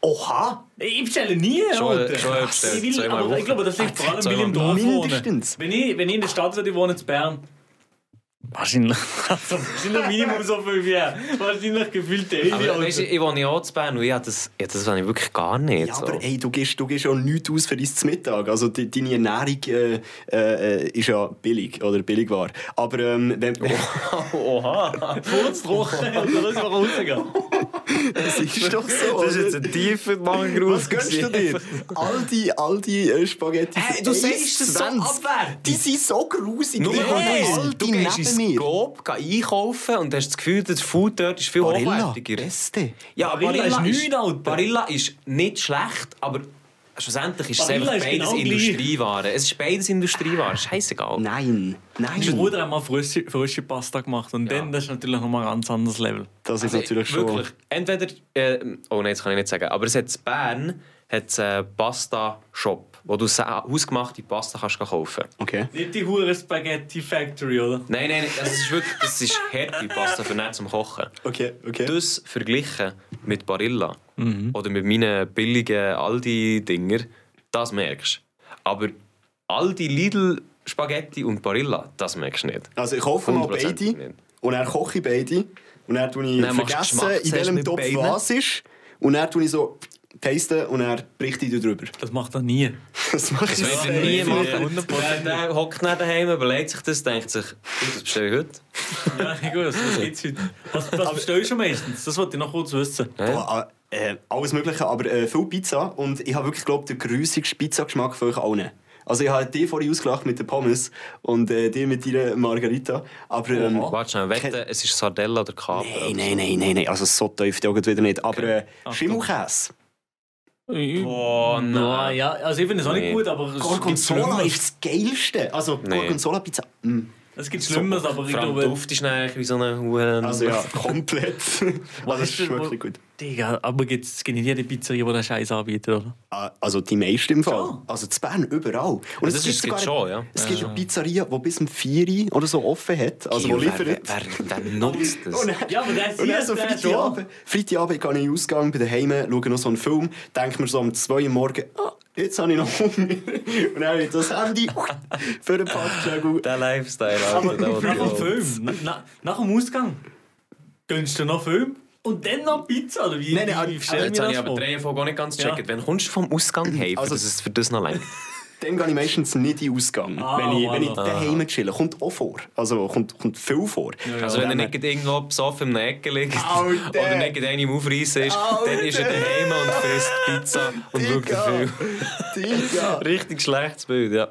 Speaker 4: Oha!
Speaker 3: Ich bestelle nie,
Speaker 1: Schon-
Speaker 3: Alter.
Speaker 1: schon
Speaker 3: Krass.
Speaker 1: bestellt,
Speaker 3: ich, will,
Speaker 1: zweimal
Speaker 3: aber
Speaker 1: Woche.
Speaker 3: ich glaube, das liegt vor allem, weil ich im
Speaker 1: Zweimal
Speaker 3: Dorf wohne.
Speaker 4: Mindestens.
Speaker 3: Wenn ich, wenn ich in der Stadt würde, ich wohne in Bern. Wahrscheinlich. Also, wahrscheinlich Minimum so viel wie er. Wahrscheinlich gefühlt der
Speaker 1: Aber weißt, du, ich wohne ja auch in Bern und ich habe das, ja, das will ich wirklich gar nicht.
Speaker 4: Ja,
Speaker 1: so.
Speaker 4: aber ey, du gibst, du gibst auch nichts aus für dein Mittag. Also de, deine Ernährung äh, äh, ist ja billig oder billig war. Aber ähm, wenn,
Speaker 1: Oh. Oha!
Speaker 3: kurz trocken und dann müssen wir rausgehen.
Speaker 4: das ist doch so.
Speaker 1: Das ist jetzt
Speaker 4: oder?
Speaker 1: ein tiefer
Speaker 4: Was
Speaker 1: Mangrus.
Speaker 4: gönnst du dir? All die, all die äh, Spaghetti.
Speaker 1: Hey,
Speaker 4: für
Speaker 1: du sagst das so
Speaker 4: 1,20.
Speaker 1: abwertend.
Speaker 4: Die sind so grusig.
Speaker 1: Nur
Speaker 4: die
Speaker 1: weil
Speaker 4: haben
Speaker 1: hey,
Speaker 4: all
Speaker 1: du
Speaker 4: die
Speaker 1: gehst ins
Speaker 4: neben mir.
Speaker 1: Coop, geh einkaufen und hast das Gefühl, das Food dort ist viel
Speaker 4: Barilla,
Speaker 1: hochwertiger.
Speaker 4: beste.
Speaker 1: Ja, Barilla,
Speaker 3: Barilla ist
Speaker 1: ist,
Speaker 3: nichts, Alter.
Speaker 1: Barilla ist nicht schlecht, aber schlussendlich ist
Speaker 3: Barilla
Speaker 1: es einfach
Speaker 3: ist
Speaker 1: beides
Speaker 3: genau gleich.
Speaker 1: Industrieware. Es ist beides Industrieware, scheißegal.
Speaker 4: Nein, nein.
Speaker 3: Mein Bruder hat mal frische, frische Pasta gemacht und dann das ist natürlich nochmal ein ganz anderes Level.
Speaker 4: Das ist natürlich schon.
Speaker 1: Wirklich, entweder, äh, oh nein, das kann ich nicht sagen, aber es hat in Bern hat's einen Pasta-Shop, wo du sa- hausgemachte Pasta kannst kaufen kannst.
Speaker 4: Okay.
Speaker 3: Nicht die hure Spaghetti Factory, oder?
Speaker 1: Nein, nein, nein, das ist wirklich, das ist harte Pasta für nicht zum Kochen.
Speaker 4: Okay, okay.
Speaker 1: das verglichen mit Barilla
Speaker 3: Mhm.
Speaker 1: oder mit meinen billigen Aldi-Dinger, das merkst du. Aber Aldi, Lidl, Spaghetti und Barilla, das merkst du nicht.
Speaker 4: Also ich kaufe mal
Speaker 1: 100%
Speaker 4: beide
Speaker 1: nicht.
Speaker 4: und dann koche ich beide und dann tue ich
Speaker 1: Dann machst du
Speaker 4: vergessen,
Speaker 1: Geschmack
Speaker 4: in
Speaker 1: zuerst
Speaker 4: welchem
Speaker 1: mit
Speaker 4: Topf
Speaker 1: beiden.
Speaker 4: was ist und dann tue ich so tasten und dann berichte ich darüber.
Speaker 3: Das macht er nie.
Speaker 4: Das mache ich
Speaker 1: Das
Speaker 4: so.
Speaker 1: weiß
Speaker 3: Ja,
Speaker 1: nie
Speaker 3: ja,
Speaker 1: machen.
Speaker 3: 100%.
Speaker 1: Der hockt nicht daheim, überlegt sich das, denkt sich, gut, das bestelle ich heute.
Speaker 3: Ja, gut, das gibt's heute. Was, was bestellst du meistens? Das wollte ich noch kurz wissen.
Speaker 4: Boah, äh, alles Mögliche, aber äh, viel Pizza und ich habe wirklich, glaube den grusigsten Pizzageschmack von euch allen. Also ich habe die vorhin ausgelacht mit den Pommes und äh, die mit ihrer Margarita, aber... Ähm,
Speaker 1: Warte schnell, wette, es ist Sardella oder Kaper.
Speaker 4: Nein, nein, nein, nein, nein, also so tief die Augen wieder nicht. Aber äh, Schimmelkäse,
Speaker 1: Oh
Speaker 3: Na,
Speaker 1: nein.
Speaker 3: ja, also ich finde es auch
Speaker 1: Nee.
Speaker 3: nicht gut, aber es gibt
Speaker 4: Gorgonzola
Speaker 3: Schlimmeres.
Speaker 4: ist das Geilste. Also
Speaker 1: Nein.
Speaker 4: Gorgonzola-Pizza, mm.
Speaker 3: Es gibt Schlimmeres, aber ich
Speaker 1: Vor allem
Speaker 3: glaube...
Speaker 1: duftest du nachher wie so eine Huren.
Speaker 4: Also ja, komplett. also es ist wirklich gut.
Speaker 3: Digga, aber gibt's- es gibt nicht jede Pizzeria, die den Scheiß anbietet, oder?
Speaker 4: Ah, Also die meisten im Fall.
Speaker 3: Schon?
Speaker 4: Also zu Bern, überall. Und
Speaker 1: das ist- es gibt schon, ja.
Speaker 4: Es gibt ja Pizzerien, die bis zum 4 Uhr oder so offen hat, also die
Speaker 1: wer, wer,
Speaker 4: liefert.
Speaker 1: wer, wer nutzt das?
Speaker 4: Und dann-
Speaker 3: Oh, Ja, aber der
Speaker 4: Und dann
Speaker 3: sieht
Speaker 4: so
Speaker 3: den
Speaker 4: Freitagabend, Freitagabend gehe ich in den Ausgang, bin daheim, schaue noch so einen Film, denke mir so um 2 Uhr morgens, ah, jetzt habe ich noch Hunger. Und dann habe ich das Handy für den Parkschlägel.
Speaker 1: Der Lifestyle, Alter. der,
Speaker 3: Nach
Speaker 1: der-
Speaker 3: dem Film, na, na, nach dem Ausgang, gönnst du noch Film und dann noch Pizza, oder wie?
Speaker 4: Nein, nein,
Speaker 3: wie, wie
Speaker 4: aber-
Speaker 1: Ja,
Speaker 3: stell
Speaker 1: ah, Jetzt habe ich
Speaker 3: mir
Speaker 1: aber die
Speaker 3: das
Speaker 1: Reihenfolge auch nicht ganz
Speaker 3: Ja.
Speaker 1: gecheckt. Wenn kommst du vom Ausgang heim, also
Speaker 4: Also-
Speaker 1: das ist für das noch länger.
Speaker 4: Dann gehe ich meistens nicht in den Ausgang,
Speaker 3: Ah,
Speaker 4: wenn ich, wenn ich
Speaker 3: voilà.
Speaker 4: daheim chille. Kommt auch vor. Also kommt, kommt viel vor.
Speaker 1: Also wenn er
Speaker 4: Dann-
Speaker 1: nicht gerade irgendwo besoffen in einer Ecke liegt
Speaker 4: Alter.
Speaker 1: oder nicht gerade einem aufreißen ist, dann ist er daheim und frisst Pizza und schaut den Film.
Speaker 4: Digga.
Speaker 1: Richtig schlechtes Bild, ja.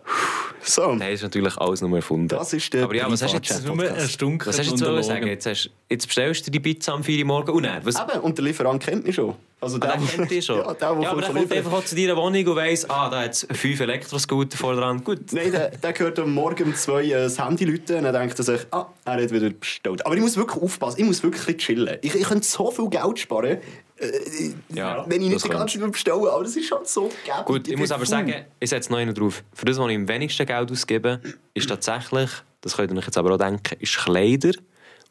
Speaker 4: So.
Speaker 1: Nein, ist natürlich alles nur erfunden.
Speaker 4: Das ist der
Speaker 1: Aber ja, was hast du jetzt,
Speaker 4: Privatjet.
Speaker 3: vor. Nur eine Stunde
Speaker 1: was hast du jetzt wollen sagen? Jetzt, hast, jetzt bestellst du die Pizza am 4 Uhr morgen und dann, was...
Speaker 4: Eben, und der Lieferant kennt mich schon. Also
Speaker 1: Ah, Der kennt dich schon.
Speaker 4: Ja, der, der
Speaker 1: aber der kommt einfach auch zu deiner Wohnung und weiss, ah, da hat es fünf Elektroscooter vorne dran. Gut,
Speaker 4: Nein, der, der hört am Morgen um zwei äh, das Handy läuten und dann denkt er sich, ah, er hat wieder bestellt. Aber ich muss wirklich aufpassen, ich muss wirklich ein bisschen chillen. Ich, ich könnte so viel Geld sparen, äh,
Speaker 1: Ja,
Speaker 4: wenn ich
Speaker 1: das
Speaker 4: nicht die
Speaker 1: kannst.
Speaker 4: ganze Zeit bestelle. Aber das ist schon so gegeben.
Speaker 1: Gut, ich muss aber
Speaker 4: bin
Speaker 1: sagen, ich setze noch einen drauf. Für das, was ich am wenigsten Geld ausgebe, ist tatsächlich, das könnt ihr euch jetzt aber auch denken, ist Kleider.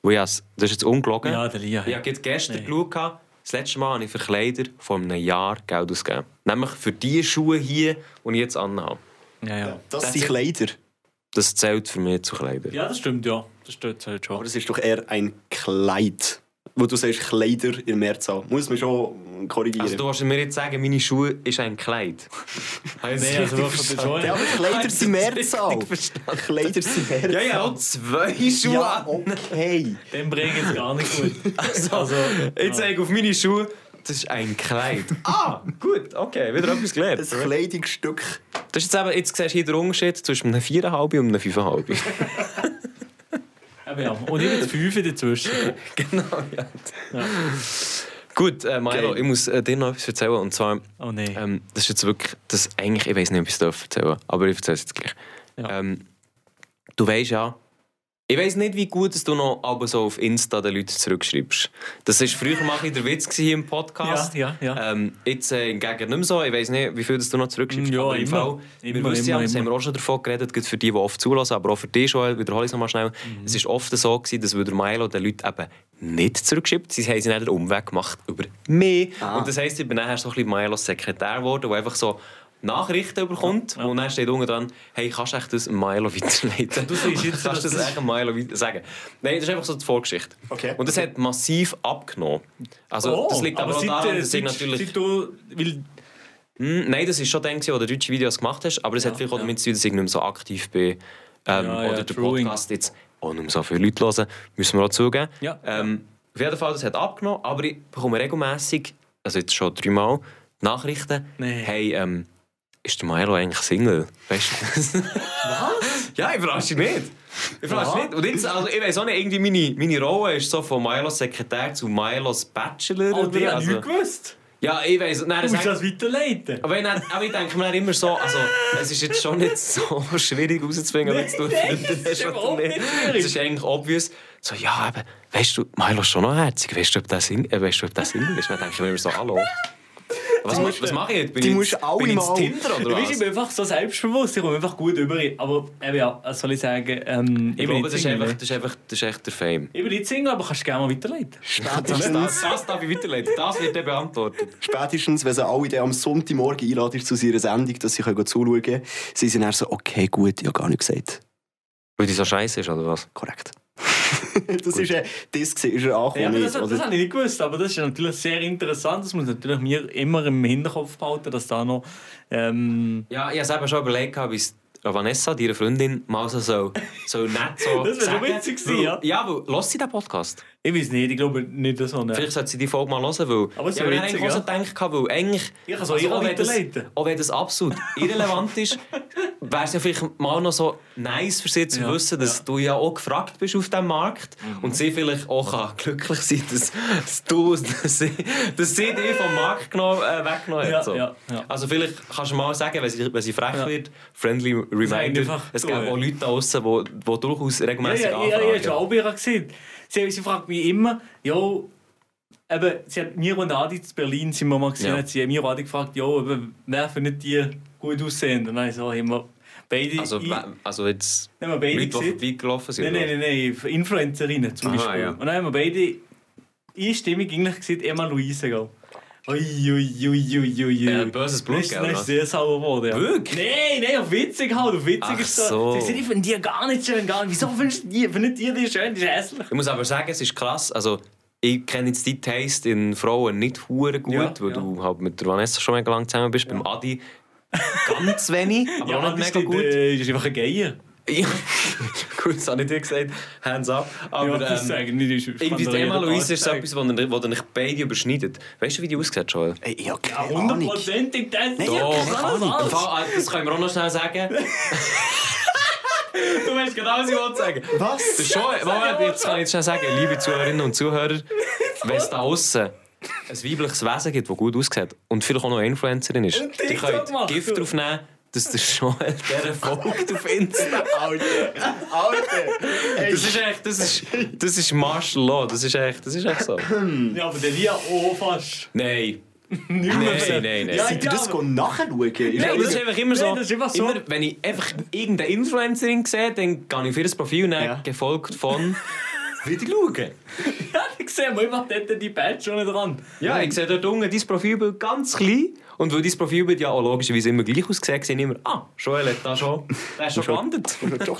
Speaker 1: Wo ich has- das ist jetzt ungelogen.
Speaker 3: Ja, der Lia,
Speaker 1: Ich
Speaker 3: ja.
Speaker 1: habe jetzt gestern
Speaker 3: Nee.
Speaker 1: geschaut, gehabt, das letzte Mal habe ich für Kleider vor einem Jahr Geld ausgegeben. Nämlich für die Schuhe hier, die ich jetzt anhabe.
Speaker 3: Ja, ja.
Speaker 4: Das sind Kleider.
Speaker 1: Das zählt für mich zu Kleider.
Speaker 3: ja, das stimmt, ja. Das stimmt halt
Speaker 4: Aber
Speaker 3: schon.
Speaker 4: das ist doch eher ein Kleid. Wo du sagst, Kleider in Mehrzahl. Muss man schon korrigieren.
Speaker 1: Also du willst mir jetzt sagen, meine Schuhe ist ein Kleid.
Speaker 3: Nee, also wirklich, das schon.
Speaker 4: ja, aber Kleider sind Mehrzahl.
Speaker 1: richtig verstanden.
Speaker 4: Kleider sind Mehrzahl.
Speaker 1: Ja, ja, und zwei Schuhe.
Speaker 4: Ja, okay.
Speaker 3: Dem bringt es gar nicht gut.
Speaker 1: Also,
Speaker 3: Also,
Speaker 1: ich zeige auf meine Schuhe das ist ein Kleid. ah, gut, okay, wieder etwas gelernt.
Speaker 4: Ein Kleidungsstück.
Speaker 1: Das ist jetzt eben, jetzt siehst du hier den Unterschied zwischen einem 4,5 und einem 5,5.
Speaker 3: Eben ja. Und ich bin die Fünfe dazwischen.
Speaker 1: genau, ja. Gut, äh, Milo,
Speaker 4: Geil.
Speaker 1: ich muss äh, dir noch etwas erzählen. Und zwar,
Speaker 3: Oh nein.
Speaker 1: ähm, das ist jetzt wirklich, das eigentlich, ich weiß nicht, ob ich es darf erzählen aber ich erzähle es jetzt gleich.
Speaker 3: Ja.
Speaker 1: Ähm, du weißt ja, ich weiß nicht, wie gut dass du noch aber so auf Insta den Leuten zurückschreibst. Das war früher mal ein bisschen der Witz gewesen hier im Podcast.
Speaker 3: Ja, ja,
Speaker 1: Ähm, jetzt äh, hingegen nicht mehr so. Ich weiß nicht, wie viel das du noch zurückschreibst.
Speaker 3: Mm, ja,
Speaker 1: aber im
Speaker 3: immer.
Speaker 1: Fall, wir
Speaker 3: Immer,
Speaker 1: wissen ja,
Speaker 3: immer,
Speaker 1: das
Speaker 3: immer.
Speaker 1: haben wir auch schon davon geredet, gerade für die, die oft zulassen, aber auch für dich, Joel, wiederhole ich es nochmal schnell. Es war oft so, gewesen, dass der Milo den Leuten eben nicht zurückschreibt. Sie haben sie dann den Umweg gemacht über mich.
Speaker 4: Ah.
Speaker 1: Und das heisst, ich bin nachher so ein bisschen Milos Sekretär geworden, der einfach so Nachrichten bekommt und dann steht unten dran, hey, kannst du echt das Milo weiterleiten?
Speaker 3: Du siehst jetzt,
Speaker 1: kannst du
Speaker 3: dass
Speaker 1: das echt Milo weiter- sagen? Nein, das ist einfach so die Vorgeschichte.
Speaker 4: Okay.
Speaker 1: Und das hat massiv abgenommen.
Speaker 3: Oh,
Speaker 1: Also, das liegt aber, auch daran, dass ich natürlich...
Speaker 3: Seit du, weil,
Speaker 1: Mm, Nein, das war schon dann, wo du deutsche Videos gemacht hast, aber es hat vielleicht auch
Speaker 3: ja.
Speaker 1: damit zu tun, dass ich nicht mehr so aktiv bin. Ähm,
Speaker 3: Ja, ja,
Speaker 1: oder der
Speaker 3: true.
Speaker 1: Podcast jetzt auch nicht mehr so viele Leute hören, müssen wir auch zugeben.
Speaker 3: Ja.
Speaker 1: Ähm, auf jeden Fall, das hat abgenommen, aber ich bekomme regelmässig, also jetzt schon dreimal, Nachrichten,
Speaker 3: Nee.
Speaker 1: hey, ähm, ist der Milo eigentlich Single? Weißt du das?
Speaker 3: was?
Speaker 1: ja, ich frage dich nicht. Ich frage dich
Speaker 3: Ja.
Speaker 1: nicht. Und jetzt, also ich weiß auch nicht, irgendwie meine, meine Rolle ist so von Milos Sekretär zu Milos Bachelor.
Speaker 3: Oh, die haben
Speaker 1: also-
Speaker 3: nichts gewusst.
Speaker 1: ja, ich weiß. Nein,
Speaker 3: Du
Speaker 1: das
Speaker 3: musst das weiterleiten.
Speaker 1: aber ich, dann, aber ich denke mir dann immer so, also, es ist jetzt schon nicht so schwierig herauszufinden, wenn du
Speaker 3: Nein,
Speaker 1: Freunde
Speaker 3: es ist
Speaker 1: hast
Speaker 3: überhaupt nicht schwierig.
Speaker 1: Es ist eigentlich obvious. So, ja, eben, weißt du, Milo ist schon noch herzig, weißt du, ob das Sing äh, weißt du, ob das Single ist? Dann denke ich mir immer so, hallo. Was, muss, was mache ich jetzt? Bin
Speaker 4: Die
Speaker 1: ich
Speaker 4: musst
Speaker 1: jetzt,
Speaker 4: alle
Speaker 1: bin ich jetzt
Speaker 4: mal-
Speaker 1: Tinder oder
Speaker 3: Weißt, ich
Speaker 1: was?
Speaker 3: bin einfach so selbstbewusst, ich komme einfach gut über. Aber eben ja, was soll ich sagen? Ähm,
Speaker 1: Ich
Speaker 3: bin
Speaker 1: glaube,
Speaker 3: nicht
Speaker 1: das ist,
Speaker 3: Single,
Speaker 1: einfach,
Speaker 3: ne?
Speaker 1: das, ist einfach, das ist echt der Fame.
Speaker 3: Ich bin nicht Single, aber kannst gerne mal weiterleiten.
Speaker 1: Das, das,
Speaker 4: Spätestens,
Speaker 1: das darf ich weiterleiten, das wird dann beantwortet.
Speaker 4: spätestens wenn sie alle dann am Sonntagmorgen einladen zu ihrer Sendung, dass sie können zuschauen können, sie sind dann so, okay, gut, ich habe gar nichts gesagt.
Speaker 1: Weil die so scheiße ist, oder was?
Speaker 4: Korrekt. das ist ein das gewesen, ist ein
Speaker 3: Ja, aber
Speaker 4: Ankommen.
Speaker 3: das,
Speaker 1: Also
Speaker 3: das habe ich nicht gewusst, aber das ist natürlich sehr interessant. Das muss natürlich mir immer im Hinterkopf behalten, dass da noch. Ähm,
Speaker 1: Ja, ich habe es eben schon überlegt, gehabt, wie es Vanessa, deiner Freundin, mal so, so, so nett so
Speaker 3: Das wär schon
Speaker 1: sagen.
Speaker 3: witzig gewesen,
Speaker 1: Weil-
Speaker 3: ja.
Speaker 1: Ja, weil, hörst du den Podcast?
Speaker 3: ich weiß nicht, ich glaube nicht, dass so eine.
Speaker 1: Vielleicht sollte sie die Folge mal hören, weil...
Speaker 3: Aber es
Speaker 1: ja,
Speaker 3: wär
Speaker 1: ich habe
Speaker 3: witzig,
Speaker 1: eigentlich auch so gedacht, weil eigentlich... also
Speaker 3: Ich kann es auch
Speaker 1: auch, wenn das,
Speaker 3: weiterleiten.
Speaker 1: auch wenn das absolut irrelevant ist, wäre es ja vielleicht mal noch so nice für sie zu
Speaker 3: Ja,
Speaker 1: wissen, dass
Speaker 3: ja. Mhm.
Speaker 1: du ja auch gefragt bist auf diesem Markt und sie vielleicht auch kann glücklich sein dass, dass du... Dass sie, dass sie dich vom Markt genommen, äh, weggenommen hat.
Speaker 3: Ja,
Speaker 1: so.
Speaker 3: ja, ja.
Speaker 1: Also vielleicht kannst du mal sagen, wenn sie, wenn sie frech
Speaker 3: Ja.
Speaker 1: wird, friendly
Speaker 3: Nein,
Speaker 1: reminder,
Speaker 3: einfach
Speaker 1: es
Speaker 3: du,
Speaker 1: gibt
Speaker 3: ja.
Speaker 1: auch Leute da draussen, die, die durchaus
Speaker 3: Ja,
Speaker 1: regelmäßig
Speaker 3: ja, ja,
Speaker 1: anfragen.
Speaker 3: ja, ich habe auch bei ihr gesehen. Sie, sie fragt mich immer, jo, eben, sie hat mir und Adi zu Berlin sind wir mal gesehen,
Speaker 1: Ja.
Speaker 3: hat sie mir und Adi gefragt, jo, eben, wer findet die gut aussehen? Und dann so, haben wir beide,
Speaker 1: Also,
Speaker 3: ich, haben
Speaker 1: we- also jetzt...
Speaker 3: wir beide
Speaker 1: Leute, die
Speaker 3: gesehen.
Speaker 1: vorbeigelaufen sind?
Speaker 3: Nein,
Speaker 1: oder?
Speaker 3: nein, nein, nein, Influencerinnen zum
Speaker 1: Aha,
Speaker 3: Beispiel.
Speaker 1: ja.
Speaker 3: Und dann haben wir beide einstimmig eigentlich gesehen, Emma Luise, gell. Uiuiuiuiui.
Speaker 1: Äh, böses Blut,
Speaker 3: Dann ist-
Speaker 1: gell,
Speaker 3: Dann
Speaker 1: oder?
Speaker 3: ist sehr sauer geworden. Ja.
Speaker 1: Wirklich?
Speaker 3: Nein, nein, auf witzig halt, auf witzig
Speaker 1: Ach
Speaker 3: ist das.
Speaker 1: so.
Speaker 3: Sie sind, ich finde die gar nicht schön, gar nicht. Wieso findest du die, findet ihr die schön, die ist hässlich?
Speaker 1: Ich muss aber sagen, es ist krass. Also, ich kenne jetzt die Taste in Frauen nicht hure gut,
Speaker 3: Ja,
Speaker 1: weil
Speaker 3: ja.
Speaker 1: du halt mit der Vanessa schon mega lange zusammen bist. Beim Adi ganz wenig, aber auch nicht
Speaker 3: das
Speaker 1: mega
Speaker 3: stimmt,
Speaker 1: gut.
Speaker 3: äh, ist einfach ein Geier.
Speaker 1: Ja. gut, das habe ich dir gesagt. Hands up.
Speaker 3: Ja,
Speaker 1: Aber
Speaker 3: das
Speaker 1: ähm,
Speaker 3: sagen nicht, ist
Speaker 1: irgendwie das
Speaker 3: kann
Speaker 1: Thema
Speaker 3: jeder
Speaker 1: Luise ist so
Speaker 3: sagen.
Speaker 1: etwas, wo ihr- wo ihr euch beide überschneidet. Weißt du, wie die aussieht, Joel?
Speaker 4: Ey, ich habe keine Ahnung.
Speaker 3: Hundertprozentig das.
Speaker 4: Nein,
Speaker 1: Oh,
Speaker 4: keine Ahnung.
Speaker 1: im Fall, äh, das können wir auch noch schnell sagen. du weißt genau, was ich wollte sagen. Das
Speaker 4: Was?
Speaker 1: ist schon, Moment, jetzt kann ich jetzt schon sagen, liebe Zuhörerinnen und Zuhörer, wenn es da außen ein weibliches Wesen gibt, das gut aussieht und vielleicht auch noch eine Influencerin ist,
Speaker 3: Und
Speaker 1: die
Speaker 3: TikTok
Speaker 1: könnt
Speaker 3: macht, du.
Speaker 1: Gift drauf nehmen, dass der Joel dieser folgt auf Insta.
Speaker 4: Alter. Alter. Ey,
Speaker 1: Das ist echt, das ist, das ist Martial Law, das ist echt, das ist echt so.
Speaker 3: Ja, aber der Lia auch fast.
Speaker 1: Nein.
Speaker 3: Nicht mehr
Speaker 1: Nein,
Speaker 3: so.
Speaker 1: nein, nein.
Speaker 3: Ja,
Speaker 4: Seid ihr
Speaker 3: ja,
Speaker 4: das
Speaker 3: aber-
Speaker 4: gehen nachschauen? Ist
Speaker 1: Nein,
Speaker 4: das-
Speaker 1: aber das ist einfach immer so.
Speaker 3: Nein, das ist einfach so.
Speaker 1: Immer, wenn ich einfach irgendeine Influencerin sehe, dann gehe ich auf ihr Profil und dann
Speaker 4: Ja.
Speaker 1: gefolgt von... Wieder schauen.
Speaker 3: Ja, da sehen wir einfach dort die Badge schon dran.
Speaker 1: Ja, ich sehe dort unten dein Profilbild ganz klein. Und weil dein Profilbild ja auch logischerweise immer gleich aussieht, sehe ich immer, ah, Joel hat da schon, der ist schon gelandet.
Speaker 4: Schon ein bisschen